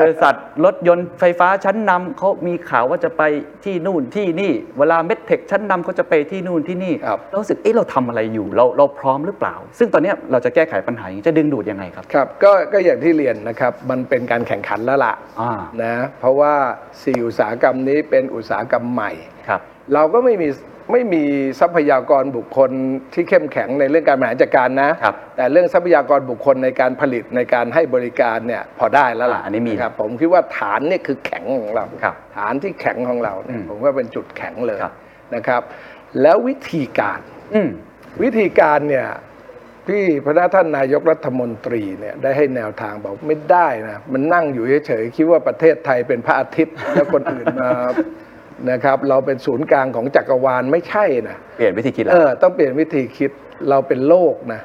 บริษัทรถยนต์ไฟฟ้าชั้นนำเขามีข่าวว่าจะไปที่นู่นที่นี่ เวลาเม็ดเทคชั้นนำเขาจะไปที่นู่นที่นี่ ครับ เารู้สึกเอ๊ะเราทำอะไรอยู่เราเราพร้อมหรือเปล่า ซึ่งตอนเนี้ยเราจะแก้ไขปัญหาอย่างนี้จะดึงดูดยังไงครับ ครับก็ก็อย่างที่เรียนนะครับ มันเป็นการแข่งขันแล้วล่ะ อ่า นะเพราะว่าสี่อุตสาหกรรมนี้เป็นอุตสาหกรรมใหม่ ครับ เราก็ไม่มีไม่มีทรัพยากรบุคคลที่เข้มแข็งในเรื่องการบริหารจัดการนะครับ แต่เรื่องทรัพยากรบุคคลในการผลิตในการให้บริการเนี่ยพอได้แล้วล่ะ อ่าอันนี้มี ครับผมคิดว่าฐานเนี่ยคือแข็งของเรา ครับ ฐานที่แข็งของเราเนี่ย อืม ผมว่าเป็นจุดแข็งเลย ครับ นะครับ แล้ววิธีการ อืม วิธีการเนี่ยที่พระท่านนายกรัฐมนตรีเนี่ยได้ให้แนวทางบอกไม่ได้นะมันนั่งอยู่เฉยๆคิดว่าประเทศไทยเป็นพระอาทิตย์ แล้วคนอื่นมา นะครับ เราเป็นศูนย์กลางของจักรวาลไม่ใช่นะ เปลี่ยนวิธีคิดแล้ เอ ว อต้องเปลี่ยนวิธีคิดเราเป็นโลกนะ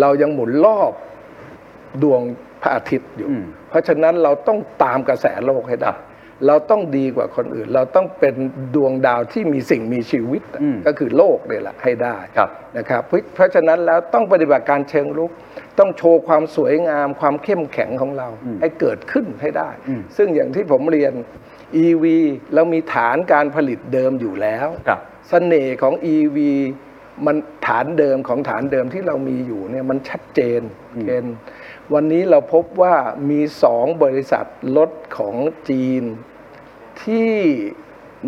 เรายังหมุนรอบดวงพระอาทิตย์อยู่ เพราะฉะนั้นเราต้องตามกระแสโลกให้ได้ เราต้องดีกว่าคนอื่น เราต้องเป็นดวงดาวที่มีสิ่งมีชีวิตอะก็คือโลกเนี่ยแหละให้ได้ ครับ นะครับเพราะเพราะฉะนั้นแล้วต้องปฏิบัติการเชิงลุก ต้องโชว์ความสวยงามความเข้มแข็งของเรา ให้เกิดขึ้นให้ได้ ซึ่งอย่างที่ผมเรียน EV เรามีฐานการผลิตเดิมอยู่แล้ว ครับ เสน่ห์ของ EV มันฐานเดิมของฐานเดิมที่เรามีอยู่เนี่ยมันชัดเจนเคนวันนี้เราพบว่ามีสองบริษัทรถของจีน ที่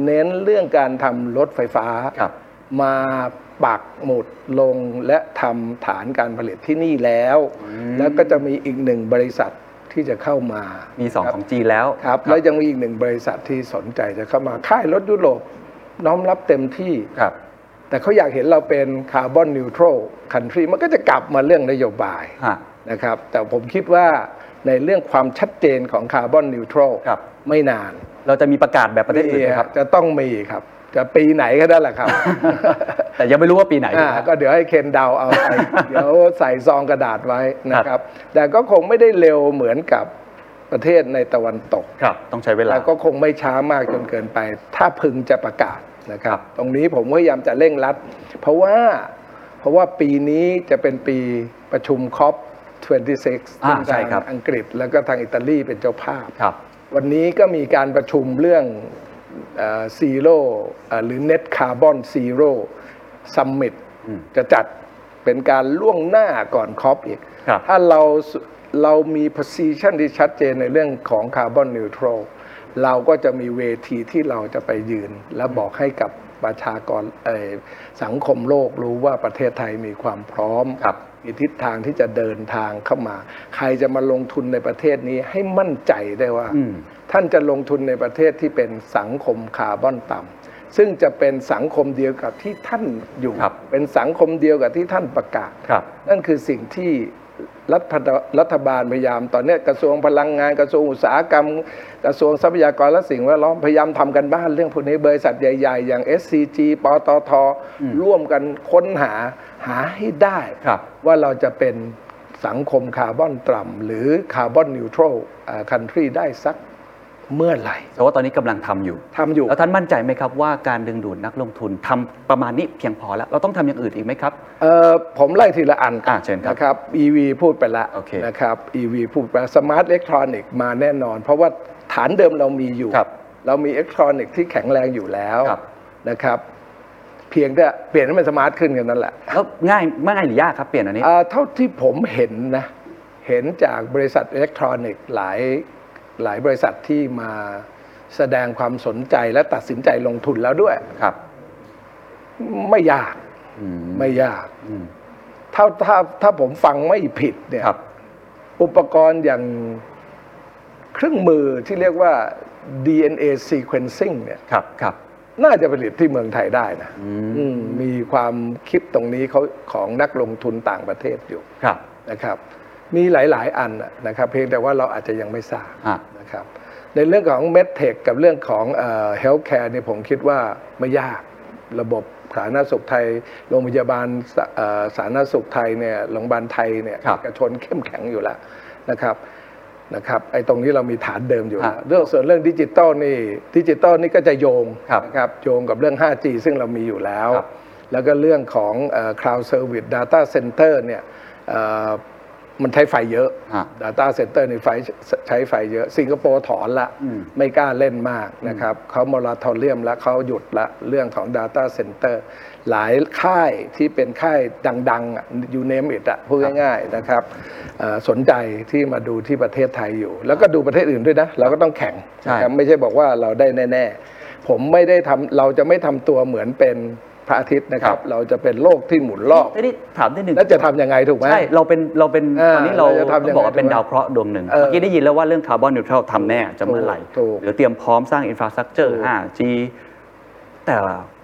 เน้นเรื่องการทำรถไฟฟ้า ครับ มาปักหมุดลงและทำฐานการผลิตที่นี่แล้ว แล้วก็จะมีอีกหนึ่งบริษัทที่จะเข้ามา มีสอง ครับ ของจีนแล้ว ครับ แล้วยังมีอีกหนึ่งบริษัทที่สนใจจะเข้ามาค่ายรถยุโรปน้อมรับเต็มที่ ครับ แต่เขาอยากเห็นเราเป็นคาร์บอนนิวทรัลคันทรีมันก็จะกลับมาเรื่องนโยบาย ฮะ นะครับแต่ผมคิดว่าในเรื่องความชัดเจนของคาร์บอนนิวทรัล ครับ ไม่นาน เราจะมีประกาศแบบประเทศอื่นไหมครับ มีจะต้องมีครับ จะปีไหนก็ได้แหละครับ แต่ยังไม่รู้ว่าปีไหน อ่า นะครับ ก็เดี๋ยวให้เคนเดาเอาไป เดี๋ยวใส่ซองกระดาษไว้นะค ครั รับ บ แต่ก็คงไม่ได้เร็วเหมือนกับประเทศในตะวันตก ครับ ต้องใช้เวลา แล้วก็คงไม่ช้ามากจนเกินไป ถ้าพึงจะประกาศนะครั ครับ บ ตรงนี้ผมพยายามจะเร่งรัด เพราะว่าเพราะว่าปีนี้จะเป็นปีประชุมคอป26 อ่า ซึ่ง ใช่ ทาง ครับ อังกฤษแล้วก็ทางอิตาลีเป็นเจ้าภาพ ครับ วันนี้ก็มีการประชุมเรื่องซีโร่อ Zero เอ่อหรือ Net Carbon Zero ซัมมิต อืม จะจัดเป็นการล่วงหน้าก่อนคอปอีก ครับ ถ้าเราเรามี position ที่ชัดเจนในเรื่องของคาร์บอนนิวทรัลเราก็จะมีเวทีที่เราจะไปยืน และบอกให้กับประชากรเอ่อสังคมโลกรู้ว่าประเทศไทยมีความพร้อม ครับ มีทิศทางที่จะเดินทางเข้ามา ใครจะมาลงทุนในประเทศนี้ให้มั่นใจได้ว่า อืม ท่านจะลงทุนในประเทศที่เป็นสังคมคาร์บอนต่ำซึ่งจะเป็นสังคมเดียวกับที่ท่านอยู่ ครับ เป็นสังคมเดียวกับที่ท่านประกาศ ครับ นั่นคือสิ่งที่รัฐรัฐบาลพยายามตอนเนี้ยกระทรวงพลังงานกระทรวงอุตสาหกรรม กระทรวงทรัพยากรและสิ่งแวดล้อมพยายามทำกันบ้านเรื่องพวกนี้บริษัทใหญ่ ๆ อย่าง SCG ปตท ร่วมกันค้นหาหาให้ได้ ครับ ว่าเราจะเป็นสังคมคาร์บอนต่ำหรือคาร์บอนนิวทรัลคันทรีได้สักเมื่อไหร่ แต่ว่าตอนนี้กำลังทำอยู่ ทำอยู่ แล้วท่านมั่นใจไหมครับว่าการดึงดูดนักลงทุนทำประมาณนี้เพียงพอแล้ว เราต้องทำอย่างอื่นอีกไหมครับ เอ่อผมไล่ทีละอัน อ่ะเชิญครับ นะครับ EV พูดไปละ โอเค นะครับ EV พูดไปสมาร์ทอิเล็กทรอนิกส์มาแน่นอน เพราะว่าฐานเดิมเรามีอยู่ ครับ เรามีอิเล็กทรอนิกส์ที่แข็งแรงอยู่แล้ว ครับ นะครับ เพียงแต่เปลี่ยนให้มันสมาร์ทขึ้นกันนั่นแหละ แล้วง่ายง่ายหรือยากครับเปลี่ยนอันนี้ เอ่อเท่าที่ผมเห็นนะ เห็นจากบริษัทอิเล็กทรอนิกส์หลายหลายบริษัทที่มาแสดงความสนใจและตัดสินใจลงทุนแล้วด้วย ครับ ไม่ยาก อืม ไม่ยาก อืม ถ้าถ้าถ้าผมฟังไม่ผิดเนี่ย ครับ อุปกรณ์อย่างเครื่องมือที่เรียกว่า DNA sequencing เนี่ย ครับ ครับ น่าจะผลิตที่เมืองไทยได้นะ ม อืมมีความคิดตรงนี้เขาของนักลงทุนต่างประเทศอยู่ ครับ นะครับ มีหลาย ๆ อันน่ะนะครับ เพียงแต่ว่าเราอาจจะยังไม่ทราบ อ่ะ นะครับ ในเรื่องของเมดเทคกับเรื่องของเฮลท์แคร์เนี่ยผมคิดว่าไม่ยากระบบสาธารณสุขไทย โรงพยาบาลสเอ่อสาธารณสุขไทยเนี่ยโรงพยาบาลไทยเนี่ย ครับ เอกชนเข้มแข็งอยู่แล้วนะครับนะครับไอ้ตรงนี้เรามีฐานเดิมอยู่แล้ว ฮะ เรื่องส่วนเรื่องดิจิตอลนี่ดิจิตอลนี่ก็จะโยง ครับ นะครับโยงกับเรื่อง 5G ซึ่งเรามีอยู่แล้ว ครับ แล้วก็เรื่องของเอ่อ cloud service data center เนี่ยเอ่อมันใช้ไฟเยอะ ฮะ Data Center นี่ไฟใช้ไฟเยอะ สิงคโปร์ถอนละ ไม่กล้าเล่นมากนะครับเขามอราทอเรียมแล้วเขาหยุดละ เรื่องของ Data Center หลายค่ายที่เป็นค่ายดังๆยูเนมอิตอะพูดง่ายๆนะครับเอ่อสนใจที่มาดูที่ประเทศไทยอยู่ แล้วก็ดูประเทศอื่นด้วยนะ เราก็ต้องแข่ง ใช่ นะครับไม่ใช่บอกว่าเราได้แน่ ๆ ผมไม่ได้ทำเราจะไม่ทำตัวเหมือนเป็นพระอาทิตย์นะครับ เราจะเป็นโลกที่หมุนรอบ ทีนี้ถามนิดนึง แล้วจะทำยังไงถูกไหม ใช่ เราเป็น เราเป็น เออ ตอนนี้เรา เราจะทำยังไง บอกว่าเป็น ถูกไหม ดาวเคราะห์ดวงหนึ่ง เออ เมื่อกี้ได้ยินแล้วว่าเรื่องคาร์บอนนิวทรัลทำแน่จะเมื่อไหร่ ถูก หรือเตรียมพร้อมสร้างอินฟราสตรักเจอ ถู ร์ ก 5G แต่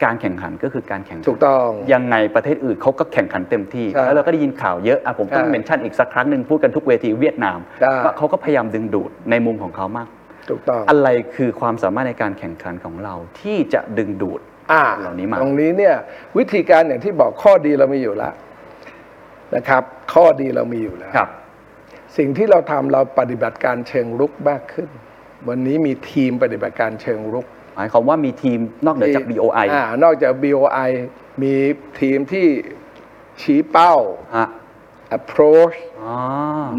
การแข่งขันก็คือการแข่งขัน ถูกต้อง ยังไงประเทศอื่นเขาก็แข่งขันเต็มที่ ใช่ แล้วเราก็ได้ยินข่าวเยอะอ่ะผมต้อง ใช่ เมนชั่นอีกสักครั้งหนึ่งพูดกันทุกเวทีเวียดนาม ใช่ ว่าเขาก็พยายามดึงดูดในมุมของเขามาก ถูกต้อง อะไรคือความสามารถในการแข่งขันของเราที่จะดึงดูด อ่า เหล่านี้มา ตรงนี้เนี่ยวิธีการอย่างที่บอกข้อดีเรามีอยู่แล้วนะครับ ข้อดีเรามีอยู่แล้ว สิ่งที่เราทำเราปฏิบัติการเชิงรุกมากขึ้น วันนี้มีทีมปฏิบัติการเชิงรุก หมายความว่ามีทีมนอกเหนือจาก BOI อ่านอกจาก BOI มีทีมที่ชี้เป้า ฮะ approach อ๋อ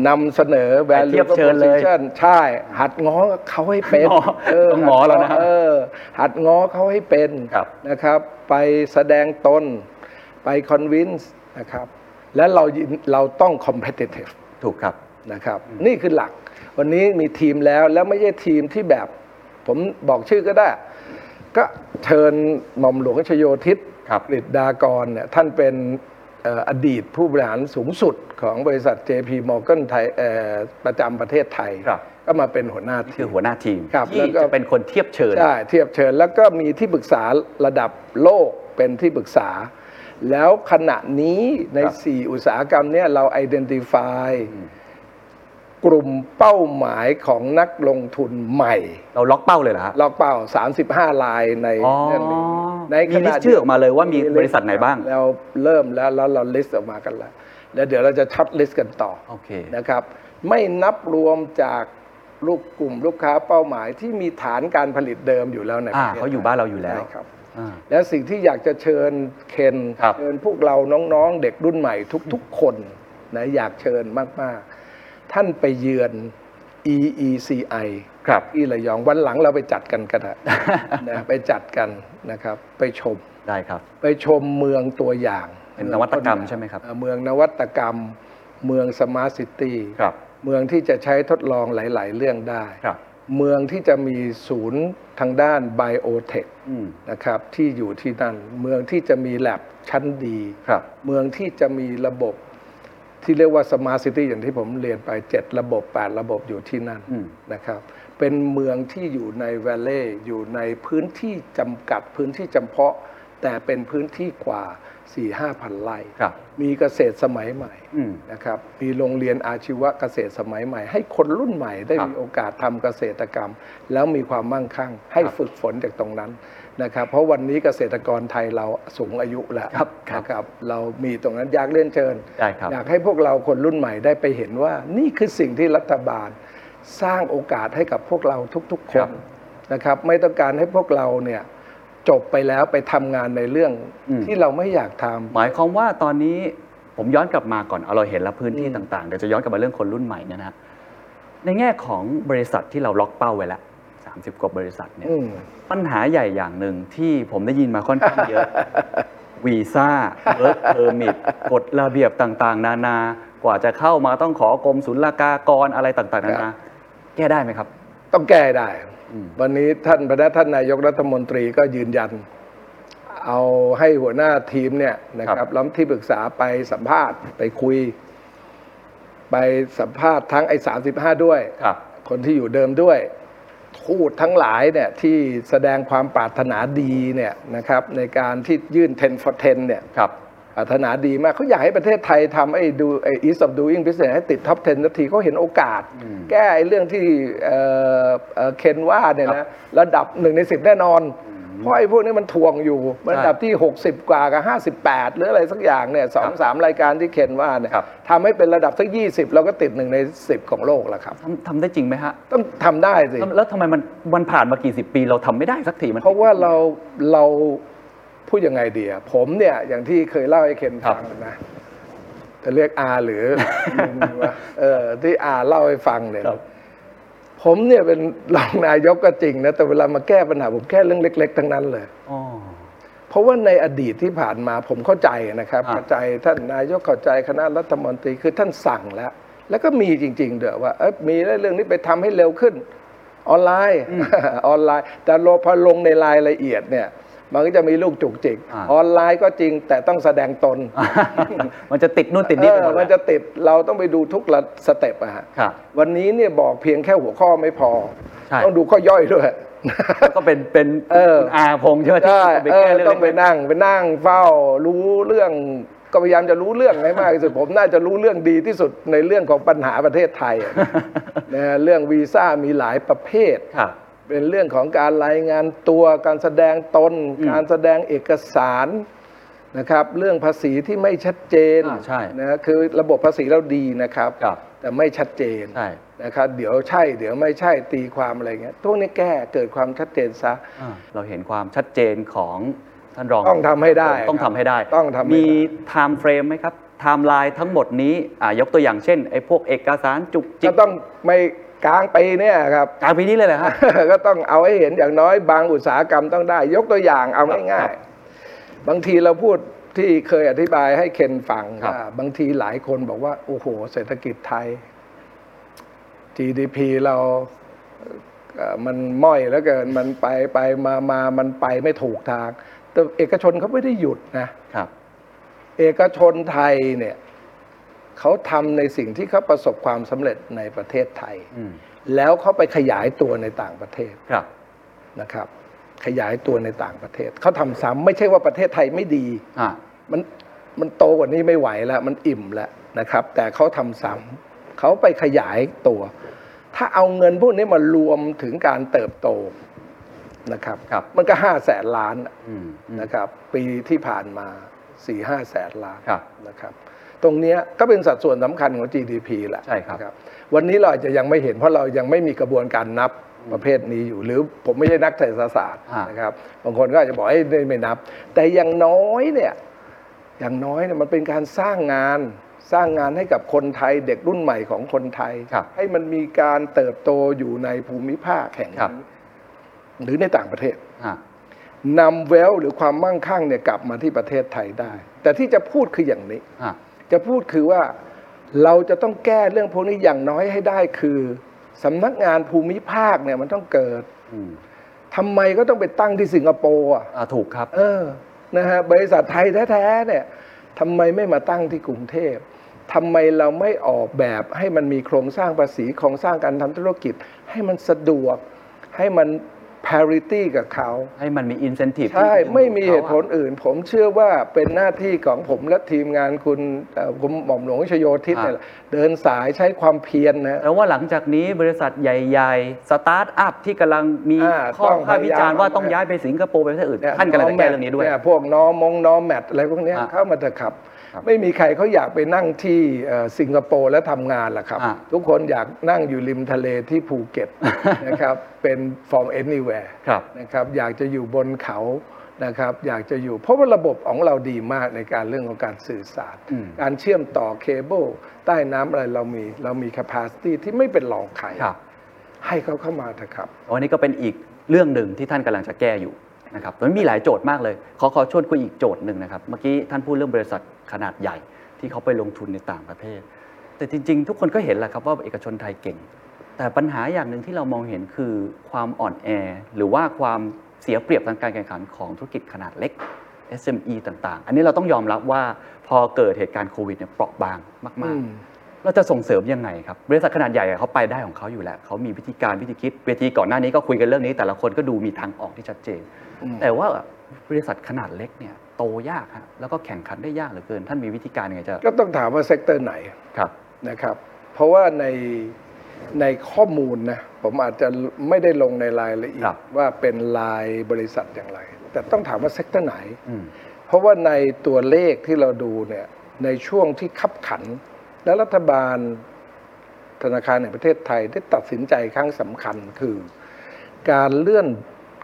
นำเสนอ ไปเที value ยบเชิญเลย proposition ใช่ หัดง้อเขาให้เป็น ง้อต้องง้อแล้วนะ หัดออหัดง้อเขาให้เป็น ครับ นะครับ ไปแสดงตน ไป convince นะครับ และเรายินเราต้อง competitive ถูกครับ นะครับ นี่คือหลัก วันนี้มีทีมแล้วแล้วไม่ใช่ทีมที่แบบ ผมบอกชื่อก็ได้ ก็เชิญหม่อมหลวงชโยธิต ครับ กฤษดากรเนี่ยท่านเป็นเอ่ออดีตผู้บริหารสูงสุดของบริษัท JP Morgan ไทยเอ่อประจำประเทศไทย ครับ ก็มาเป็นหัวหน้าที คือ ม หัวหน้าทีม ครับ ที่ แล้วก็ จะเป็นคนเทียบเชิญ ใช่เทียบเชิญแล้วก็มีที่ปรึกษาระดับโลกเป็นที่ปรึกษา แล้วขณะนี้ใน ครับ 4 อุตสาหกรรมเนี่ยเรา identify กลุ่มเป้าหมายของนักลงทุนใหม่ เราล็อกเป้าเลยเหรอฮะ เราเป้า 35 ลายใน อ๋อ เรื่องนี้ใน มีลิสต์ชื่อออกมาเลยว่ามีบริษัทไหนบ้าง เราเริ่มแล้วแล้วเราลิสต์ออกมากันแล้ว แล้วเดี๋ยวเราจะช็อตลิสต์กันต่อ โอเค นะครับไม่นับรวมจากลูกกลุ่มลูกค้าเป้าหมายที่มีฐานการผลิตเดิมอยู่แล้วใน อ่า ประทศ เขาอยู่บ้านเราอยู่แล้ว ใช่ครับ อ่า และสิ่งที่อยากจะเชิญเคน ครับ เชิญพวกเราน้องๆ เด็กรุ่นใหม่ทุกๆคนนะอยากเชิญมากๆ ท่านไปเยือน EECI ครับ ที่ระยองวันหลังเราไปจัดกันกันนะ ไปจัดกันนะครับ ไปชม ได้ครับ ไปชมเมืองตัวอย่าง เป็นนวัตกรรมใช่ไหมครับ เอ่อเมืองนวัตกรรม เมืองสมาร์ทซิตี้ ครับ เมืองที่จะใช้ทดลองหลาย ๆ เรื่องได้ ครับ เมืองที่จะมีศูนย์ทางด้านไบโอเทค อืม นะครับที่อยู่ที่นั่น เมืองที่จะมีแลบชั้นดี ครับ เมืองที่จะมีระบบที่เรียกว่าสมาร์ c ซิตี้อย่างที่ผมเรียนไป 7 ระบบ 8 ระบบอยู่ที่นั่น อืม นะครับ เป็นเมืองที่อยู่ในแวลเลย์อยู่ในพื้นที่จำกัดพื้นที่จำเพาะ แต่เป็นพื้นที่กว่า 4 5พันไร่ ครับ มีเกษตรสมัยใหม่ อืม นะครับ มีโรงเรียนอาชีวะเกษตรสมัยใหม่ ให้คนรุ่นใหม่ได้ ครับ มีโอกาสทำเกษตรกรรม แล้วมีความมั่งคั่ง ให้ ครับ ฝึกฝนจากตรงนั้นนะครับ เพราะวันนี้เกษตรกรไทยเราสูงอายุแล้ว ครับครับ นะครับ เรามีตรงนั้นอยากเล่นเชิญ ได้ครับ อยากให้พวกเราคนรุ่นใหม่ได้ไปเห็นว่านี่คือสิ่งที่รัฐบาลสร้างโอกาสให้กับพวกเราทุกๆค ครั น บ นะครับ ไม่ต้องการให้พวกเราเนี่ยจบไปแล้วไปทำงานในเรื่อง อืม ที่เราไม่อยากทำ หมายความว่าตอนนี้ผมย้อนกลับมาก่อนเอาเราเห็นแล้วพื้นที่ อืม ต่างๆเดี๋ยวจะย้อนกลับมาเรื่องคนรุ่นใหม่เนี่ยนะฮะในแง่ของบริษัทที่เราล็อกเป้าไว้แล้ว30 กว่าบริษัทเนี่ย อืม ปัญหาใหญ่อย่างหนึ่งที่ผมได้ยินมาค่อนข้างเยอะ วีซ่าเวิร์กเพอร์มิทกฎระเบียบต่างๆ นานากว่าจะเข้ามาต้องขอกรมศุลกากรอะไรต่างๆนา ครั นา บ แก้ได้ไหมครับ ต้องแก้ได้ อืม วันนี้ท่านพนักท่านนายกรัฐมนตรีก็ยืนยัน เอาให้หัวหน้าทีมเนี่ยนะคครั รับบ ล้อมที่ปรึกษาไปสัมภาษณ์ไปคุย ไปสัมภาษณ์ทั้งไอ้สาด้วย ครับ คนที่อยู่เดิมด้วย ทูตทั้งหลายเนี่ยที่แสดงความปรารถนาดีเนี่ยนะครับ ในการที่ยื่น 10 for 10 เนี่ย ครับ ปรารถนาดีมากเขาอยากให้ประเทศไทยทำไอ้ดูไอ้ ease of doing business ให้ติดท็อป 10 นาทีเขาเห็นโอกาส อืม แก้ไอ้เรื่องที่เอ่อเอ่อเคนว่าเนี่ยนะระดับหนึ่งในสิบแน่นอน เพราะไอ้พวกนี้มันทวงอยู่มันระดับที่ 60 กว่ากับ 58 หรืออะไรสักอย่างเนี่ยสองสามรายการที่เคนว่าเนี่ย ครับ ทำให้เป็นระดับสัก 20 เราก็ติดหนึ่งใน 10 ของโลกแล้วครับ ทำทำได้จริงไหมฮะ ต้องทำได้สิ แล้วแล้วทำไมมันมันผ่านมากี่สิบปี เราทำไม่ได้สักทีมัน เพราะว่าเราเราพูดยังไงดีอะผมเนี่ยอย่างที่เคยเล่าให้เคนฟัง ครับ นะจะเรียกอาหรือ ลุงดีวะ เออที่อาเล่าให้ฟังเนี่ย ครับ ผมเนี่ยเป็นรองนายกก็จริงนะแต่เวลามาแก้ปัญหาผมแก้เรื่องเล็ก ๆ ทั้งนั้นเลย อ๋อ เพราะว่าในอดีตที่ผ่านมาผมเข้าใจนะครับ อ่า เข้าใจท่านนายกเข้าใจคณะรัฐมนตรีคือท่านสั่งแล้ว แล้วก็มีจริงๆเด้อว่าเอ้ยมีเรื่องนี้ไปทำให้เร็วขึ้น ออนไลน์ ออนไลน์ แต่โลพอลงในรายละเอียดเนี่ย มันก็จะมีลูกจุกจิก อ่า ออนไลน์ก็จริงแต่ต้องแสดงตน มันจะติดนู่นติดนี่ไปหมด เออ แห มัน ละ จะติดเราต้องไปดูทุกระสเต็ปอะฮะ ครับ วันนี้เนี่ยบอกเพียงแค่หัวข้อไม่พอ ใช่ ต้องดูข้อย่อยด้วย แล้วก็เป็นเป็น เออ คุณอาพงษ์ใช่ไหมที่ ใช่ ไป เอ แก้ อ เรื่อง ต้องไปนั่งไปนั่งเฝ้ารู้เรื่องก็พยายามจะรู้เรื่องให้มากที่สุด ผมน่าจะรู้เรื่องดีที่สุดในเรื่องของปัญหาประเทศไทย อะนะ เรื่องวีซ่ามีหลายประเภท ครับ เป็นเรื่องของการรายงานตัวการแสดงตน อืม การแสดงเอกสารนะครับ เรื่องภาษีที่ไม่ชัดเจน อ่าใช่ นะคือระบบภาษีเราดีนะครับ ครับ แต่ไม่ชัดเจน ใช่ นะครับเดี๋ยวใช่เดี๋ยวไม่ใช่ตีความอะไรเงี้ยพวกนี้แก้เกิดความชัดเจนซะ อ่าเราเห็นความชัดเจนของท่านรอง ต้องทำให้ได้ ต้องทำให้ได้ ต้องทำให้ได้ มีไทม์เฟรมไหมครับไทม์ไลน์ทั้งหมดนี้อ่ายกตัวอย่างเช่นไอ้พวกเอกสารจุกจิ ก็ ก ต้องไม่กลางปีเนี่ยครับ กลางปีนี้เลยเหรอฮะ ก็ต้องเอาให้เห็นอย่างน้อยบางอุตสาหกรรมต้องได้ ยกตัวอย่างเอา ค ง่า รับยๆ บางทีเราพูดที่เคยอธิบายให้เคนฟัง ครับ ว่าบางทีหลายคนบอกว่า โอ้โห เศรษฐกิจไทย GDP เราเอ่อมันม้อยแล้วเกินมันไปไปมามามันไปไม่ถูกทาง แต่เอกชนเขาไม่ได้หยุดนะ ครับ เอกชนไทยเนี่ยเขาทำในสิ่งที่เขาประสบความสำเร็จในประเทศไทย อืม แล้วเขาไปขยายตัวในต่างประเทศ ครับ นะครับ ขยายตัวในต่างประเทศเขาทำซ้ำไม่ใช่ว่าประเทศไทยไม่ดี อ่า มันมันโตกว่านี้ไม่ไหวแล้ว มันอิ่มแล้วนะครับ แต่เขาทำซ้ำเขาไปขยายตัว ถ้าเอาเงินพวกนี้มารวมถึงการเติบโตนะครับ ครับ มันก็ห้าแสนล้าน อืมอืม นะครับ ปีที่ผ่านมาสี่ห้าแสนล้าน ครับ นะครับ ตรงเนี้ยก็เป็นสัดส่วนสำคัญของ GDP แหละ ใช่ครับ นะวันนี้เราอาจจะยังไม่เห็นเพราะเรายังไม่มีกระบวนการนับประเภทนี้อยู่ หรือผมไม่ใช่นักเศรษฐศาสตร์นะครับ บางคนก็อาจจะบอกไอ้ยนี่ไม่นับ แต่อย่างน้อยเนี่ย อย่างน้อยเนี่ยมันเป็นการสร้างงาน สร้างงานให้กับคนไทยเด็กรุ่นใหม่ของคนไทย ครับ ให้มันมีการเติบโตอยู่ในภูมิภาคแห่ง ครับ นี้หรือในต่างประเทศ อ่า นำเวลหรือความมั่งคั่งเนี่ยกลับมาที่ประเทศไทยได้ แต่ที่จะพูดคืออย่างนี้ อ่ะ จะพูดคือว่าเราจะต้องแก้เรื่องพวกนี้อย่างน้อยให้ได้คือสำนักงานภูมิภาคเนี่ยมันต้องเกิด อืม ทำไมก็ต้องไปตั้งที่สิงคโปร์อ่ะ อ่ะถูกครับ เออนะฮะบริษัทไทยแท้ๆเนี่ยทำไมไม่มาตั้งที่กรุงเทพทำไมเราไม่ออกแบบให้มันมีโครงสร้างภาษีโครงสร้างการทำธุรกิจ ให้มันสะดวก ให้มัน parity กับเขา ให้มันมี incentive ใช่ ที่ ไม่มีเหตุผล ขาอะ อื่น ผมเชื่อว่าเป็นหน้าที่ของผมและทีมงานคุณเอ่อผมหม่อมหลวงชโยธิตเนี่ยแหละเดินสายใช้ความเพียรนะ แล้วว่าหลังจากนี้บริษัทใหญ่ๆ สตาร์ทอัพที่กำลังมี อ่า ข้อ ต้อง ข้าวิจารณ์ พยายาม ว่าต้องย้ายไปสิงคโปร์ไปประเทศอื่น เนี่ย ท่านกำลังจะแก้เรื่องนี้ด้วย ยพวกน้อมงน้อแมทอะไรพวกเนี้ย อ่ะ เข้ามาเถอะครับ ครับ ไม่มีใครเขาอยากไปนั่งที่เอ่อสิงคโปร์แล้วทำงานหรอกครับ อ่ะ ทุกคนอยากนั่งอยู่ริมทะเลที่ภูเก็ต นะครับ เป็น from anywhere ครับ นะครับอยากจะอยู่บนเขานะครับอยากจะอยู่เพราะว่าระบบของเราดีมากในการเรื่องของการสื่อสาร อืม การเชื่อมต่อเคเบิลใต้น้ำอะไรเรามีเรามี capacity ที่ไม่เป็นรองใคร ครับ ให้เขาเข้ามาเถอะครับ วันนี้ก็เป็นอีกเรื่องหนึ่งที่ท่านกำลังจะแก้อยู่นะครับมันมีหลายโจทย์มากเลย ขอขอชวนคุยอีกโจทย์หนึ่งนะครับ เมื่อกี้ท่านพูดเรื่องบริษัทขนาดใหญ่ ที่เขาไปลงทุนในต่างประเทศ แต่จริง ๆ ทุกคนก็เห็นแหละครับว่าเอกชนไทยเก่ง แต่ปัญหาอย่างหนึ่งที่เรามองเห็นคือความอ่อนแอ หรือว่าความเสียเปรียบทางการแข่งขันของธุรกิจขนาดเล็ก SME ต่างๆ อันนี้เราต้องยอมรับว่าพอเกิดเหตุการณ์โควิดเนี่ยเปราะบางมาก อืม ๆ เราจะส่งเสริมยังไงครับ บริษัทขนาดใหญ่อะเขาไปได้ของเขาอยู่แล้วเขามีวิธีการวิธีคิดเวทีก่อนหน้านี้ก็คุยกันเรื่องนี้ แต่ละคนก็ดูมีทางออกที่ชัดเจน อืม แต่ว่าบริษัทขนาดเล็กเนี่ยโตยากฮะแล้วก็แข่งขันได้ยากเหลือเกิน ท่านมีวิธีการยังไงจะ ก็ต้องถามว่าเซกเตอร์ไหน ครับ นะครับเพราะว่าในในข้อมูลนะผมอาจจะไม่ได้ลงในรายละเอีย ครั ด บ ว่าเป็นรายบริษัทอย่างไร แต่ต้องถามว่าเซกเตอร์ไหน อืม เพราะว่าในตัวเลขที่เราดูเนี่ยในช่วงที่ขับขัน และรัฐบาลธนาคารแห่งประเทศไทยได้ตัดสินใจครั้งสำคัญคือ การเลื่อน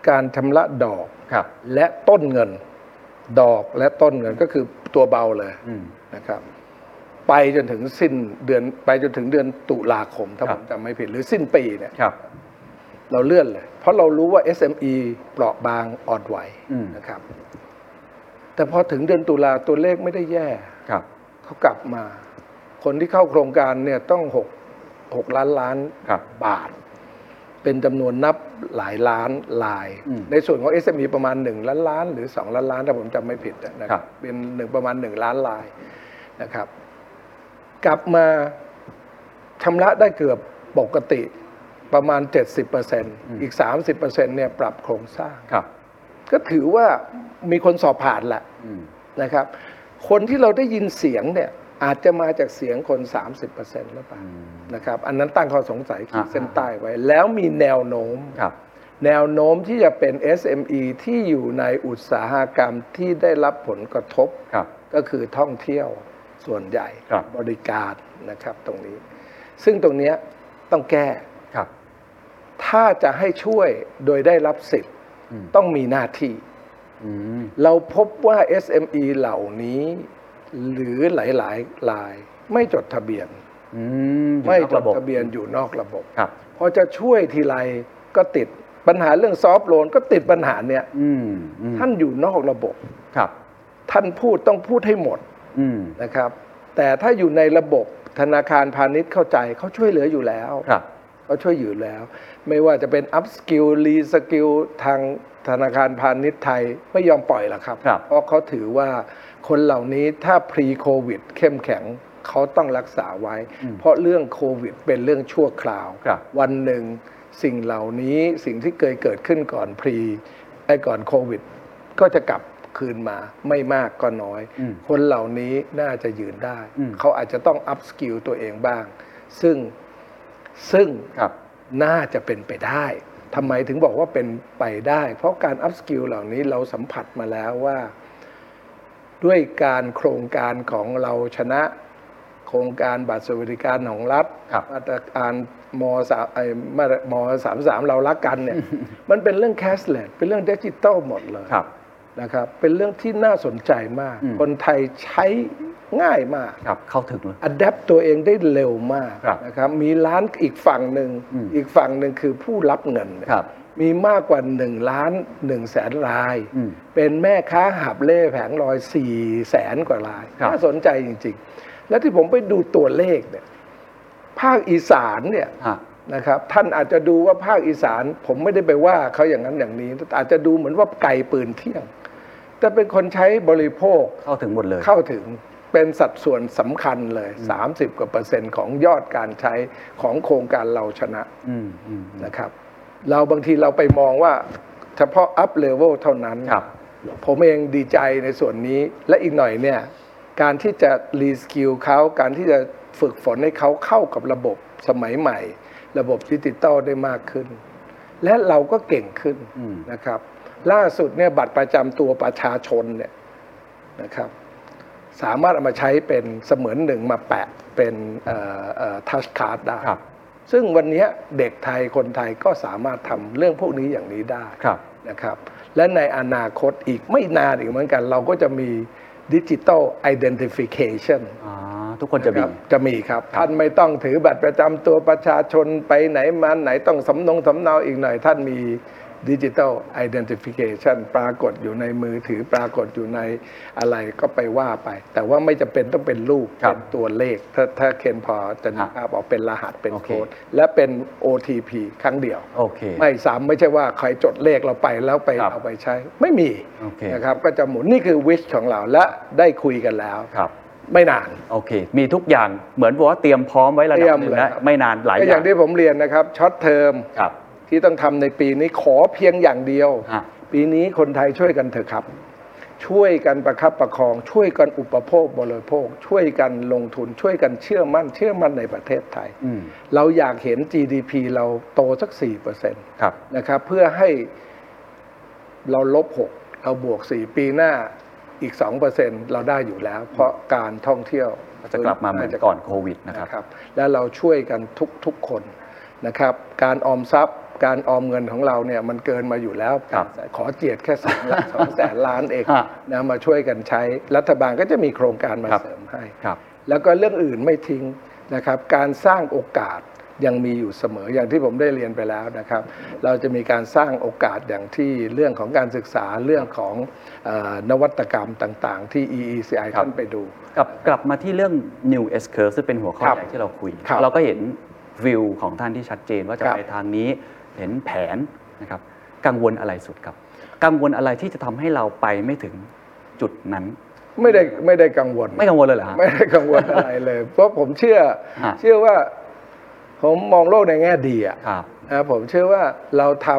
การชำระดอก ครับ และต้นเงินดอกและต้นเงินก็คือตัวเบาเลย อืม นะครับไปจนถึงสิ้นเดือนไปจนถึงเดือนตุลาคม ถ้า ครั ผ บ มจำไม่ผิดหรือสิ้นปีเนี่ย ครับ เราเลื่อนเลย เพราะเรารู้ว่า SME เปราะบางอ่อนไหว อืม นะครับ แต่พอถึงเดือนตุลาตัวเลขไม่ได้แย่ ครับ เขากลับมา คนที่เข้าโครงการเนี่ยต้องหกหกล้านล้าน ครับ บาท เป็นจำนวนนับหลายล้านลาย อืม ในส่วนของ SME ประมาณ 1 ล้านล้าน หรือ 2 ล้านล้านถ้าผมจำไม่ผิดนะค ครั รับบ เป็นหนึ่งประมาณ 1 ล้านลายนะครับ กลับมาชำระได้เกือบปกติประมาณ 70%อีก 30%เนี่ยปรับโครงสร้าง ครับ ก็ถือว่ามีคนสอบผ่านแหละ อืม นะครับ คนที่เราได้ยินเสียงเนี่ยอาจจะมาจากเสียงคน 30%หรือเปล่า อืม นะครับ อันนั้นตั้งข้อสงสัยขีด อ่า เส้นใต้ไว้ แล้วมีแนวโน้ม ครับ แนวโน้มที่จะเป็น SME ที่อยู่ในอุตสาหกรรมที่ได้รับผลกระทบ ครับ ก็คือท่องเที่ยวส่วนใหญ่ ครับ บริการนะครับตรงนี้ ซึ่งตรงเนี้ยต้องแก้ ครับ ถ้าจะให้ช่วยโดยได้รับสิทธิ์ อืม ต้องมีหน้าที่ อืม เราพบว่า SME เหล่านี้ หรือหลายๆราย ไม่จดทะเบียน อืม ไม่ อยู่นอก จ ระ ด บบ ทะเบียนอยู่นอกระบบ ครับ พอจะช่วยทีไรก็ติดปัญหาเรื่องซอฟต์โลนก็ติดปัญหาเนี่ย อืมอืม ท่านอยู่นอกระบบ ครับ ท่านพูดต้องพูดให้หมด อืม นะครับ แต่ถ้าอยู่ในระบบธนาคารพาณิชย์เข้าใจเขาช่วยเหลืออยู่แล้ว ครับ เขาช่วยอยู่แล้ว ไม่ว่าจะเป็นอัพสกิลรีสกิลทางธนาคารพาณิชย์ไทยไม่ยอมปล่อยหรอกครับ ครับ เพราะเขาถือว่าคนเหล่านี้ถ้า pre covid เข้มแข็งเขาต้องรักษาไว้ เพราะเรื่องโควิดเป็นเรื่องชั่วคราว ครับ วันหนึ่งสิ่งเหล่านี้สิ่งที่เคยเกิดขึ้นก่อน pre ไอ้ก่อนโควิด ก็จะกลับคืนมาไม่มากก็น้อย อืม คนเหล่านี้น่าจะยืนได้ อืม เขาอาจจะต้องอัพสกิลตัวเองบ้าง ซึ่งซึ่ง ครับ น่าจะเป็นไปได้ทำไมถึงบอกว่าเป็นไปได้ เพราะการอัพสกิลเหล่านี้เราสัมผัสมาแล้วว่า ด้วยการโครงการของเราชนะ โครงการบัตรสวัสดิการของรัฐ ครับ มาตรการมสามไอ้มาตรมสามสามเรารักกันเนี่ย มันเป็นเรื่องแคชเลสเป็นเรื่องดิจิตอลหมดเลย ครับ นะครับ เป็นเรื่องที่น่าสนใจมาก อืม คนไทยใช้ง่ายมาก ครับเข้าถึงเลย อัดแอปตัวเองได้เร็วมาก ครับ นะครับ มีร้านอีกฝั่งหนึ่ง อืม อีกฝั่งหนึ่งคือผู้รับเงินเนี่ย ครับ มีมากกว่า1ล้าน1แสนราย อืม เป็นแม่ค้าหับเล่แผงลอย4แสนกว่าราย ครับ น่าสนใจจริงๆ และที่ผมไปดูตัวเลขเนี่ยภาคอีสานเนี่ย ฮะ นะครับท่านอาจจะดูว่าภาคอีสานผมไม่ได้ไปว่าเขาอย่างนั้นอย่างนี้ อาจจะดูเหมือนว่าไก่ปืนเที่ยง แต่เป็นคนใช้บริโภค เข้าถึงหมดเลย เข้าถึงเป็นสัดส่วนสำคัญเลย 30 กว่าเปอร์เซ็นต์ของยอดการใช้ของโครงการเราชนะ อืมอืม นะครับ เราบางทีเราไปมองว่าเฉพาะอัพเลเวลเท่านั้น ครับ ผมเองดีใจในส่วนนี้และอีกหน่อยเนี่ยการที่จะรีสกิลเขาการที่จะฝึกฝนให้เขาเข้ากับระบบสมัยใหม่ ระบบดิจิตอลได้มากขึ้น และเราก็เก่งขึ้น อืม นะครับ ล่าสุดเนี่ยบัตรประจำตัวประชาชนเนี่ยนะครับ สามารถเอามาใช้เป็นเสมือนหนึ่งมาแปะเป็นทัชการ์ดได้ ครับ ซึ่งวันเนี้ยเด็กไทยคนไทยก็สามารถทำเรื่องพวกนี้อย่างนี้ได้ ครับ นะครับและในอนาคตอีกไม่นานอีกเหมือนกัน เราก็จะมีดิจิ t a ลไอดีนติฟิเคชัน อ่า ทุกคนจะมี จะมีครับ ท่านไม่ต้องถือบัตรประจำตัวประชาชนไปไหนมาไหนต้องสำนงสำเนาอีกหน่อย ท่านมีดิจิ t a ลไอดีนติฟิเคชันปรากฏอยู่ในมือถือปรากฏอยู่ในอะไรก็ไปว่าไป แต่ว่าไม่จะเป็นต้องเป็นรูป ครับ เป็นตัวเลข ถ้าถ้าเคนพอจะนึกภาพออกเป็นรหัสเป็น โอเค โค้ดและเป็น OTP ครั้งเดียว โอเค ไม่ซ้ำไม่ใช่ว่าใครจดเลขเราไปแล้วไป ครับ เอาไปใช้ ไม่มี โอเค นะครับ ก็จะหมุนนี่คือวิชของเราและได้คุยกันแล้ว ครับ ไม่นาน โอเค มีทุกอย่างเหมือนบอกว่าเตรียมพร้อมไว้ระดับหนึ่ง เตรียมเลยครั แล้ว บ ไม่นานหลาย ก็ อ อย่า ย่าง งที่ผมเรียนนะครับช็อตเทอม ครับ ที่ต้องทำในปีนี้ขอเพียงอย่างเดียว ฮะ ปีนี้คนไทยช่วยกันเถอะครับ ช่วยกันประคับประคอง ช่วยกันอุปโภคบริโภค ช่วยกันลงทุนช่วยกันเชื่อมั่น เชื่อมั่นในประเทศไทย อืม เราอยากเห็น GDP เราโตสัก4%เปอร์เซ็นต์ ครับ นะครับเพื่อให้เราลบ 6 เราบวก 4 ปีหน้าอีก 2%เราได้อยู่แล้ว เพราะการท่องเที่ยว ก็จะกลับมาเหมือนก่อนโควิดนะครับ นะครับ และเราช่วยกันทุกทุกคนนะครับ การออมทรัพย์ การออมเงินของเราเนี่ยมันเกินมาอยู่แล้ว ครับ ขอเจียดแค่สองล้านสองแสนล้านเอง ฮะ นะมาช่วยกันใช้รัฐบาลก็จะมีโครงการมา ครับ เสริมให้ ครับ แล้วก็เรื่องอื่นไม่ทิ้งนะครับ การสร้างโอกาสยังมีอยู่เสมออย่างที่ผมได้เรียนไปแล้วนะครับ เราจะมีการสร้างโอกาสอย่างที่เรื่องของการศึกษาเรื่องของเออนวัตกรรมต่างๆ ที่ EECI ครับ ท่านไปดู กลับกลับมาที่เรื่อง new S curve ซึ่งเป็นหัวข้อ ครับ ใหญ่ที่เราคุย ครับ เราก็เห็นวิวของท่านที่ชัดเจนว่าจะ ครับ ไปทางนี้เห็นแผนนะครับ กังวลอะไรสุดครับ กังวลอะไรที่จะทำให้เราไปไม่ถึงจุดนั้น ไม่ได้ไม่ได้กังวล ไม่กังวลเลยเหรอฮะ ไม่ได้กังวลอะไรเลย เพราะผมเชื่อ ฮะ เชื่อว่าผมมองโลกในแง่ดีอะ ครับ นะครับผมเชื่อว่าเราท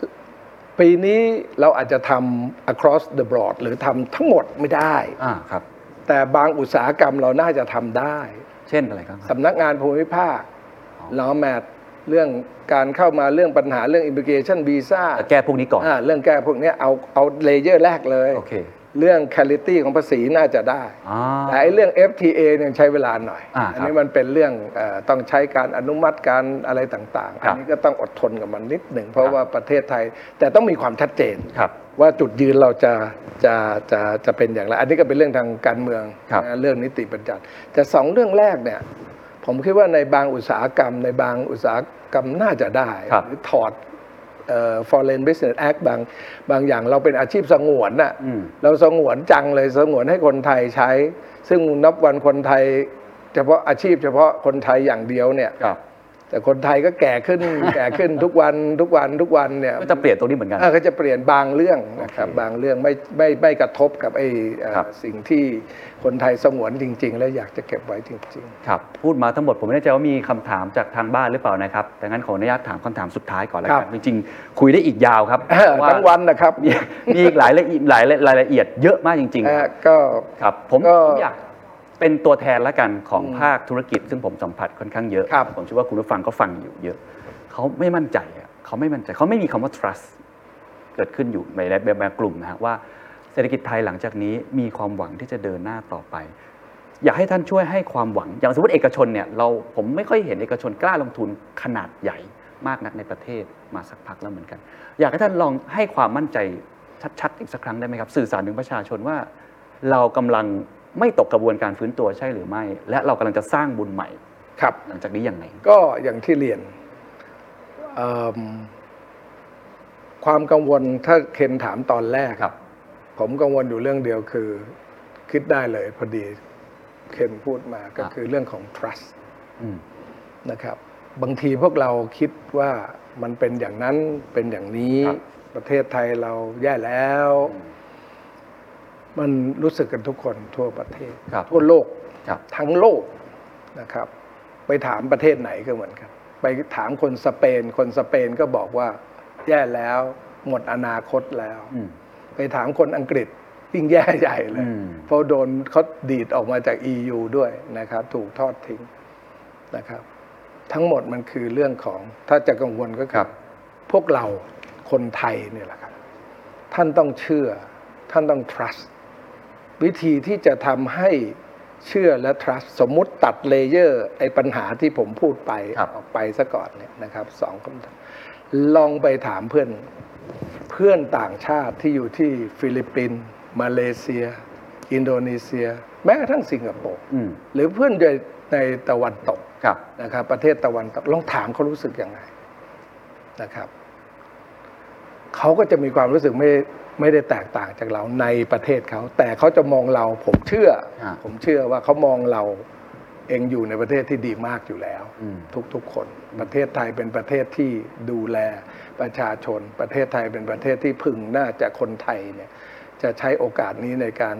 ำปีนี้เราอาจจะทำ across the board หรือทำทั้งหมดไม่ได้ อ่าครับ แต่บางอุตสาหกรรมเราน่าจะทำได้ เช่นอะไรครับ สำนักงานภูมิภาคล้อแมทเรื่องการเข้ามาเรื่องปัญหาเรื่อง immigration visa แต่แก้พวกนี้ก่อน อ่าเรื่องแก้พวกเนี้ยเอาเอาเลเยอร์แรกเลย โอเค เรื่อง quality ของภาษีน่าจะได้ อ่า แต่ไอ้เรื่อง FTA เนี่ยใช้เวลาหน่อย อ่าครับ นนี้มันเป็นเรื่องเออต้องใช้การอนุมัติการอะไรต่างๆ ค อั รั น บ นี้ก็ต้องอดทนกับมันนิดหนึ่ง เพราะ ครับ ว่าประเทศไทย แต่ต้องมีความชัดเจน ครับ ว่าจุดยืนเราจะจะจะจะเป็นอย่างไร อันนี้ก็เป็นเรื่องทางการเมือง ครับ นะเรื่องนิติบัญญัติแต่สองเรื่องแรกเนี่ย ผมคิดว่าในบางอุตสาหกรรม ในบางอุตสาหกรรมน่าจะได้ ครับ หรือถอดเอ่อ foreign business act บางบางอย่างเราเป็นอาชีพสงวนน่ะ อืม เราสงวนจังเลยสงวนให้คนไทยใช้ ซึ่งนับวันคนไทย เฉพาะอาชีพเฉพาะคนไทยอย่างเดียวเนี่ย ครับ แต่คนไทยก็แก่ขึ้น แก่ขึ้นทุกวันทุกวันทุกวันเนี่ย ก็จะเปลี่ยนตรงนี้เหมือนกัน อ่าก็จะเปลี่ยนบางเรื่องนะครับ โอเค บางเรื่องไม่ไม่ไม่กระทบกับไอ้เอ่อ ครับ สิ่งที่คนไทยสงวนจริง ๆ และอยากจะเก็บไว้จริง ครับพูดมาทั้งหมดผมไม่แน่ใจว่ามีคำถามจากทางบ้านหรือเปล่านะครับดังนั้นขออนุญาตถามคำถามสุดท้ายก่อนแล้ว ครั กับ นจริงๆ คุยได้อีกยาวครับ ๆเออ เพราะา ทั้งวันนะครับ มีมีอีกหลายละเอียดหลายรายละเอียดเยอะมากจริง เอ่อ ๆ ก็ ครับผม ก็ ผมอยากเป็นตัวแทนละกันของภาคธุรกิจ ซึ่งผมสัมผัสค่อนข้างเยอะ ครับ ผมเชื่อว่าคุณผู้ฟังก็ฟังอยู่เยอะ เขาไม่มั่นใจอะเขาไม่มั่นใจเขาไม่มีคำว่า trust เกิดขึ้นอยู่ในแบบแบบกลุ่มนะฮะว่าเศรษฐกิจไทยหลังจากนี้มีความหวังที่จะเดินหน้าต่อไป อยากให้ท่านช่วยให้ความหวัง อย่างสมมติเอกชนเนี่ยเราผมไม่ค่อยเห็นเอกชนกล้าลงทุนขนาดใหญ่มากนักในประเทศมาสักพักแล้วเหมือนกัน อยากให้ท่านลองให้ความมั่นใจชัดๆ อีกสักครั้งได้ไหมครับ สื่อสารถึงประชาชนว่า เรากำลังไม่ตกกระบวนการฟื้นตัวใช่หรือไม่ และเรากำลังจะสร้างบุญใหม่ ครับ หลังจากนี้อย่างไร ก็อย่างที่เรียน เอิ่มความกังวลถ้าเคนถามตอนแรก ครับ ผมกังวลอยู่เรื่องเดียวคือ คิดได้เลยพอดีเคนพูดมาก็ ครับ คือเรื่องของ trust อืม นะครับบางทีพวกเราคิดว่ามันเป็นอย่างนั้นเป็นอย่างนี้ ประเทศไทยเราแย่แล้ว มันรู้สึกกันทุกคนทั่วประเทศ ครับ ทั่วโลก ครับ ทั้งโลกนะครับ ไปถามประเทศไหนก็เหมือนกัน ไปถามคนสเปน คนสเปนก็บอกว่าแย่แล้ว หมดอนาคตแล้ว อืม ไปถามคนอังกฤษยิ่งแย่ใหญ่เลย อืม เพราะโดนเขาดีดออกมาจาก EU ด้วยนะครับ ถูกทอดทิ้งนะครับ ทั้งหมดมันคือเรื่องของถ้าจะกังวลก็คือพวกเราคนไทยเนี่ยแหละครับ ท่านต้องเชื่อ ท่านต้อง trust วิธีที่จะทำให้เชื่อและ trust สมมุติตัดเลเยอร์ไอ้ปัญหาที่ผมพูดไป ครับ ออกไปซะก่อนเนี่ยนะครับสองคำถามลองไปถามเพื่อน เพื่อนต่างชาติที่อยู่ที่ฟิลิปปินส์มาเลเซีย อินโดนีเซีย แม้กระทั่งสิงคโปร์ อืม หรือเพื่อนในในตะวันตก ครับ นะครับประเทศตะวันตกลองถามเขารู้สึกยังไงนะครับเขาก็จะมีความรู้สึกไม่ไม่ได้แตกต่างจากเราในประเทศเขา แต่เขาจะมองเราผมเชื่อ ฮะ ผมเชื่อว่าเขามองเราเองอยู่ในประเทศที่ดีมากอยู่แล้ว อืม ทุกๆคน ประเทศไทยเป็นประเทศที่ดูแลประชาชน ประเทศไทยเป็นประเทศที่พึงน่าจะคนไทยเนี่ยจะใช้โอกาสนี้ในการ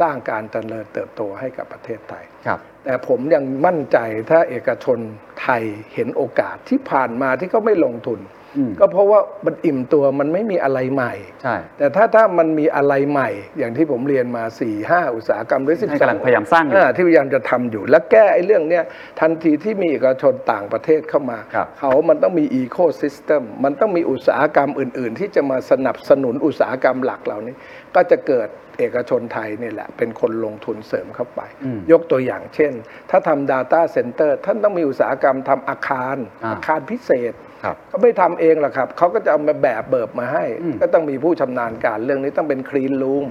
สร้างการเจริญเติบโตให้กับประเทศไทย ครับ แต่ผมยังมั่นใจถ้าเอกชนไทยเห็นโอกาสที่ผ่านมาที่เขาไม่ลงทุน อืม ก็เพราะว่ามันอิ่มตัวมันไม่มีอะไรใหม่ ใช่ แต่ถ้าถ้ามันมีอะไรใหม่ อย่างที่ผมเรียนมา 4 5 อุตสาหกรรมหรือสิบ ให้กำลังพยายามสร้างอยู่ ที่พยายามจะทำอยู่ และแก้ไอ้เรื่องเนี้ยทันทีที่มีเอกชนต่างประเทศเข้ามา ครับ เขามันต้องมีอีโค y ิสเต็มมันต้องมีอุตสาหกรรมอื่น ๆ ที่จะมาสนับสนุนอุตสาหกรรมหลักเหล่านี้ ก็จะเกิดเอกชนไทยเนี่ยแหละ เป็นคนลงทุนเสริมเข้าไป อืม ยกตัวอย่างเช่น ถ้าทำ Data Center ท่านต้องมีอุตสาหกรรมทำอาคาร อ่า คารพิเศษ ครับ เขาไม่ทำเองหรอกครับเขาก็จะเอามาแบบเบิบมาให้ อืม ก็ต้องมีผู้ชำนาญการเรื่องนี้ต้องเป็นคลีน o ูม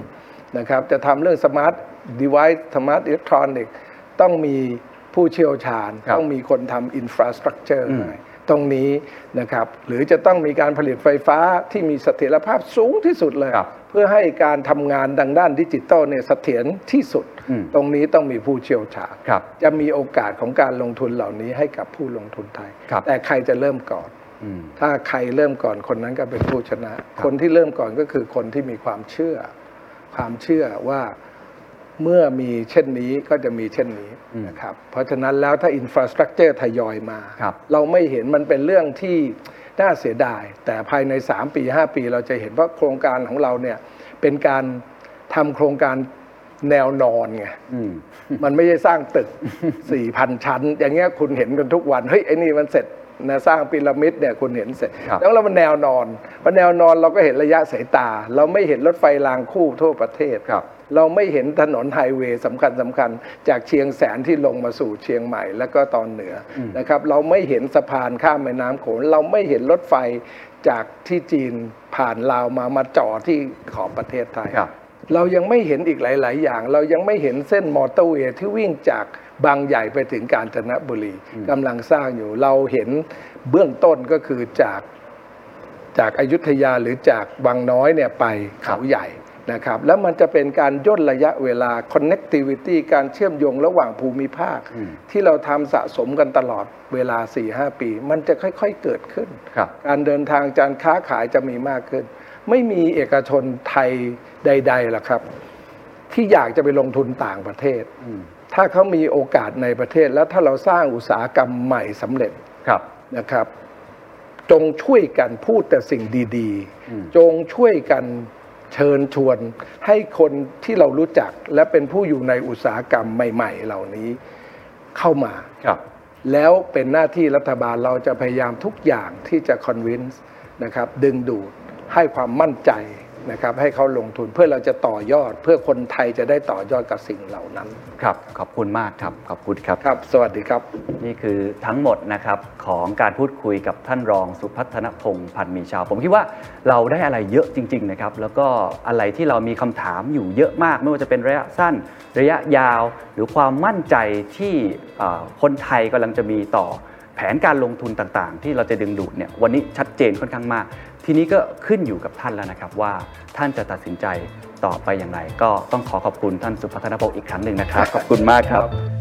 นะครับ จะทำเรื่องสมาร์ทด v i c e สมาร์ทอิเล็กทรอนิกต้องมีผู้เชี่ยวชาญ ครับ ต้องมีคนทำอินฟราสตรักเจอร์ อืม ตรงนี้นะครับ หรือจะต้องมีการผลิตไฟฟ้าที่มีเสถียรภาพสูงที่สุดเลย ครับ เพื่อให้การทำงานดังด้านดิจิตอลเนี่ยเสถียรที่สุด อืม ตรงนี้ต้องมีผู้เชี่ยวชาญ ครับ จะมีโอกาสของการลงทุนเหล่านี้ให้กับผู้ลงทุนไทย ครับ แต่ใครจะเริ่มก่อน อืม ถ้าใครเริ่มก่อนคนนั้นก็เป็นผู้ชนะ คนที่เริ่มก่อนก็คือคนที่มีความเชื่อ ความเชื่อว่าเมื่อมีเช่นนี้ก็จะมีเช่นนี้ อืม นะครับ เพราะฉะนั้นแล้วถ้าอินฟราสตรักเจอร์ทยอยมา ครับ เราไม่เห็นมันเป็นเรื่องที่น่าเสียดาย แต่ภายใน 3 ปี 5 ปีเราจะเห็นว่าโครงการของเราเนี่ยเป็นการทำโครงการแนวนอนไง มันไม่ใช่สร้างตึก 4,000 ชั้น อย่างเงี้ยคุณเห็นกันทุกวัน เฮ้ยไอ้นี่มันเสร็จนะสร้างพีระมิดเนี่ยคุณเห็นเสร็จ ครับ แล้วเรามันแนวนอนพอแนวนอนเราก็เห็นระยะสายตา เราไม่เห็นรถไฟรางคู่ทั่วประเทศ ครับ เราไม่เห็นถนนไฮเวย์สำคัญสำคัญๆจากเชียงแสนที่ลงมาสู่เชียงใหม่แล้วก็ตอนเหนืออ ม นะครับ เราไม่เห็นสะพานข้ามแม่น้ำโขงเราไม่เห็นรถไฟจากที่จีนผ่านลาวมามาจ่อที่ขอบประเทศไทย ครับ เรายังไม่เห็นอีกหลาย ๆ อย่าง เรายังไม่เห็นเส้นมอเตอร์เวย์ที่วิ่งจากบางใหญ่ไปถึงกาญจนบุรีกำลังสร้างอยู่ เราเห็นเบื้องต้นก็คือจากจากอายุทยาหรือจากบางน้อยเนี่ยไป ครับ เขาใหญ่นะครับ แล้วมันจะเป็นการย่นระยะเวลา connectivity การเชื่อมโยงระหว่างภูมิภาค อืม ที่เราทำสะสมกันตลอดเวลา 4-5 ปี มันจะค่อย ๆ เกิดขึ้น ครับ การเดินทางการค้าขายจะมีมากขึ้น ไม่มีเอกชนไทยใดๆหรอกครับ ที่อยากจะไปลงทุนต่างประเทศ อืม ถ้าเขามีโอกาสในประเทศ แล้วถ้าเราสร้างอุตสาหกรรมใหม่สำเร็จ ครับ นะครับ จงช่วยกันพูดแต่สิ่งดี อืม ๆ จงช่วยกันเชิญชวน ให้คนที่เรารู้จักและเป็นผู้อยู่ในอุตสาหกรรมใหม่ ๆ เหล่านี้เข้ามา ครับ แล้วเป็นหน้าที่รัฐบาลเราจะพยายามทุกอย่างที่จะคอนวินส์นะครับ ดึงดูดให้ความมั่นใจนะครับ ให้เขาลงทุนเพื่อเราจะต่อยอด เพื่อคนไทยจะได้ต่อยอดกับสิ่งเหล่านั้น ครับ ขอบคุณมากครับ ขอบคุณครับ ครับ สวัสดีครับ นี่คือทั้งหมดนะครับของการพูดคุยกับท่านรองสุพัฒนพงศ์พันธ์มีชาว ผมคิดว่าเราได้อะไรเยอะจริงๆนะครับแล้วก็อะไรที่เรามีคำถามอยู่เยอะมาก ไม่ว่าจะเป็นระยะสั้น ระยะยาว หรือความมั่นใจที่เอ่อคนไทยกำลังจะมีต่อ แผนการลงทุนต่างๆ ที่เราจะดึงดูดเนี่ยวันนี้ชัดเจนค่อนข้างมาก ทีนี้ก็ขึ้นอยู่กับท่านแล้วนะครับว่าท่านจะตัดสินใจต่อไปอย่างไร ก็ต้องขอขอบคุณท่านสุพัฒนพงศ์อีกครั้งหนึ่งนะครับ ขอบคุณมากครับ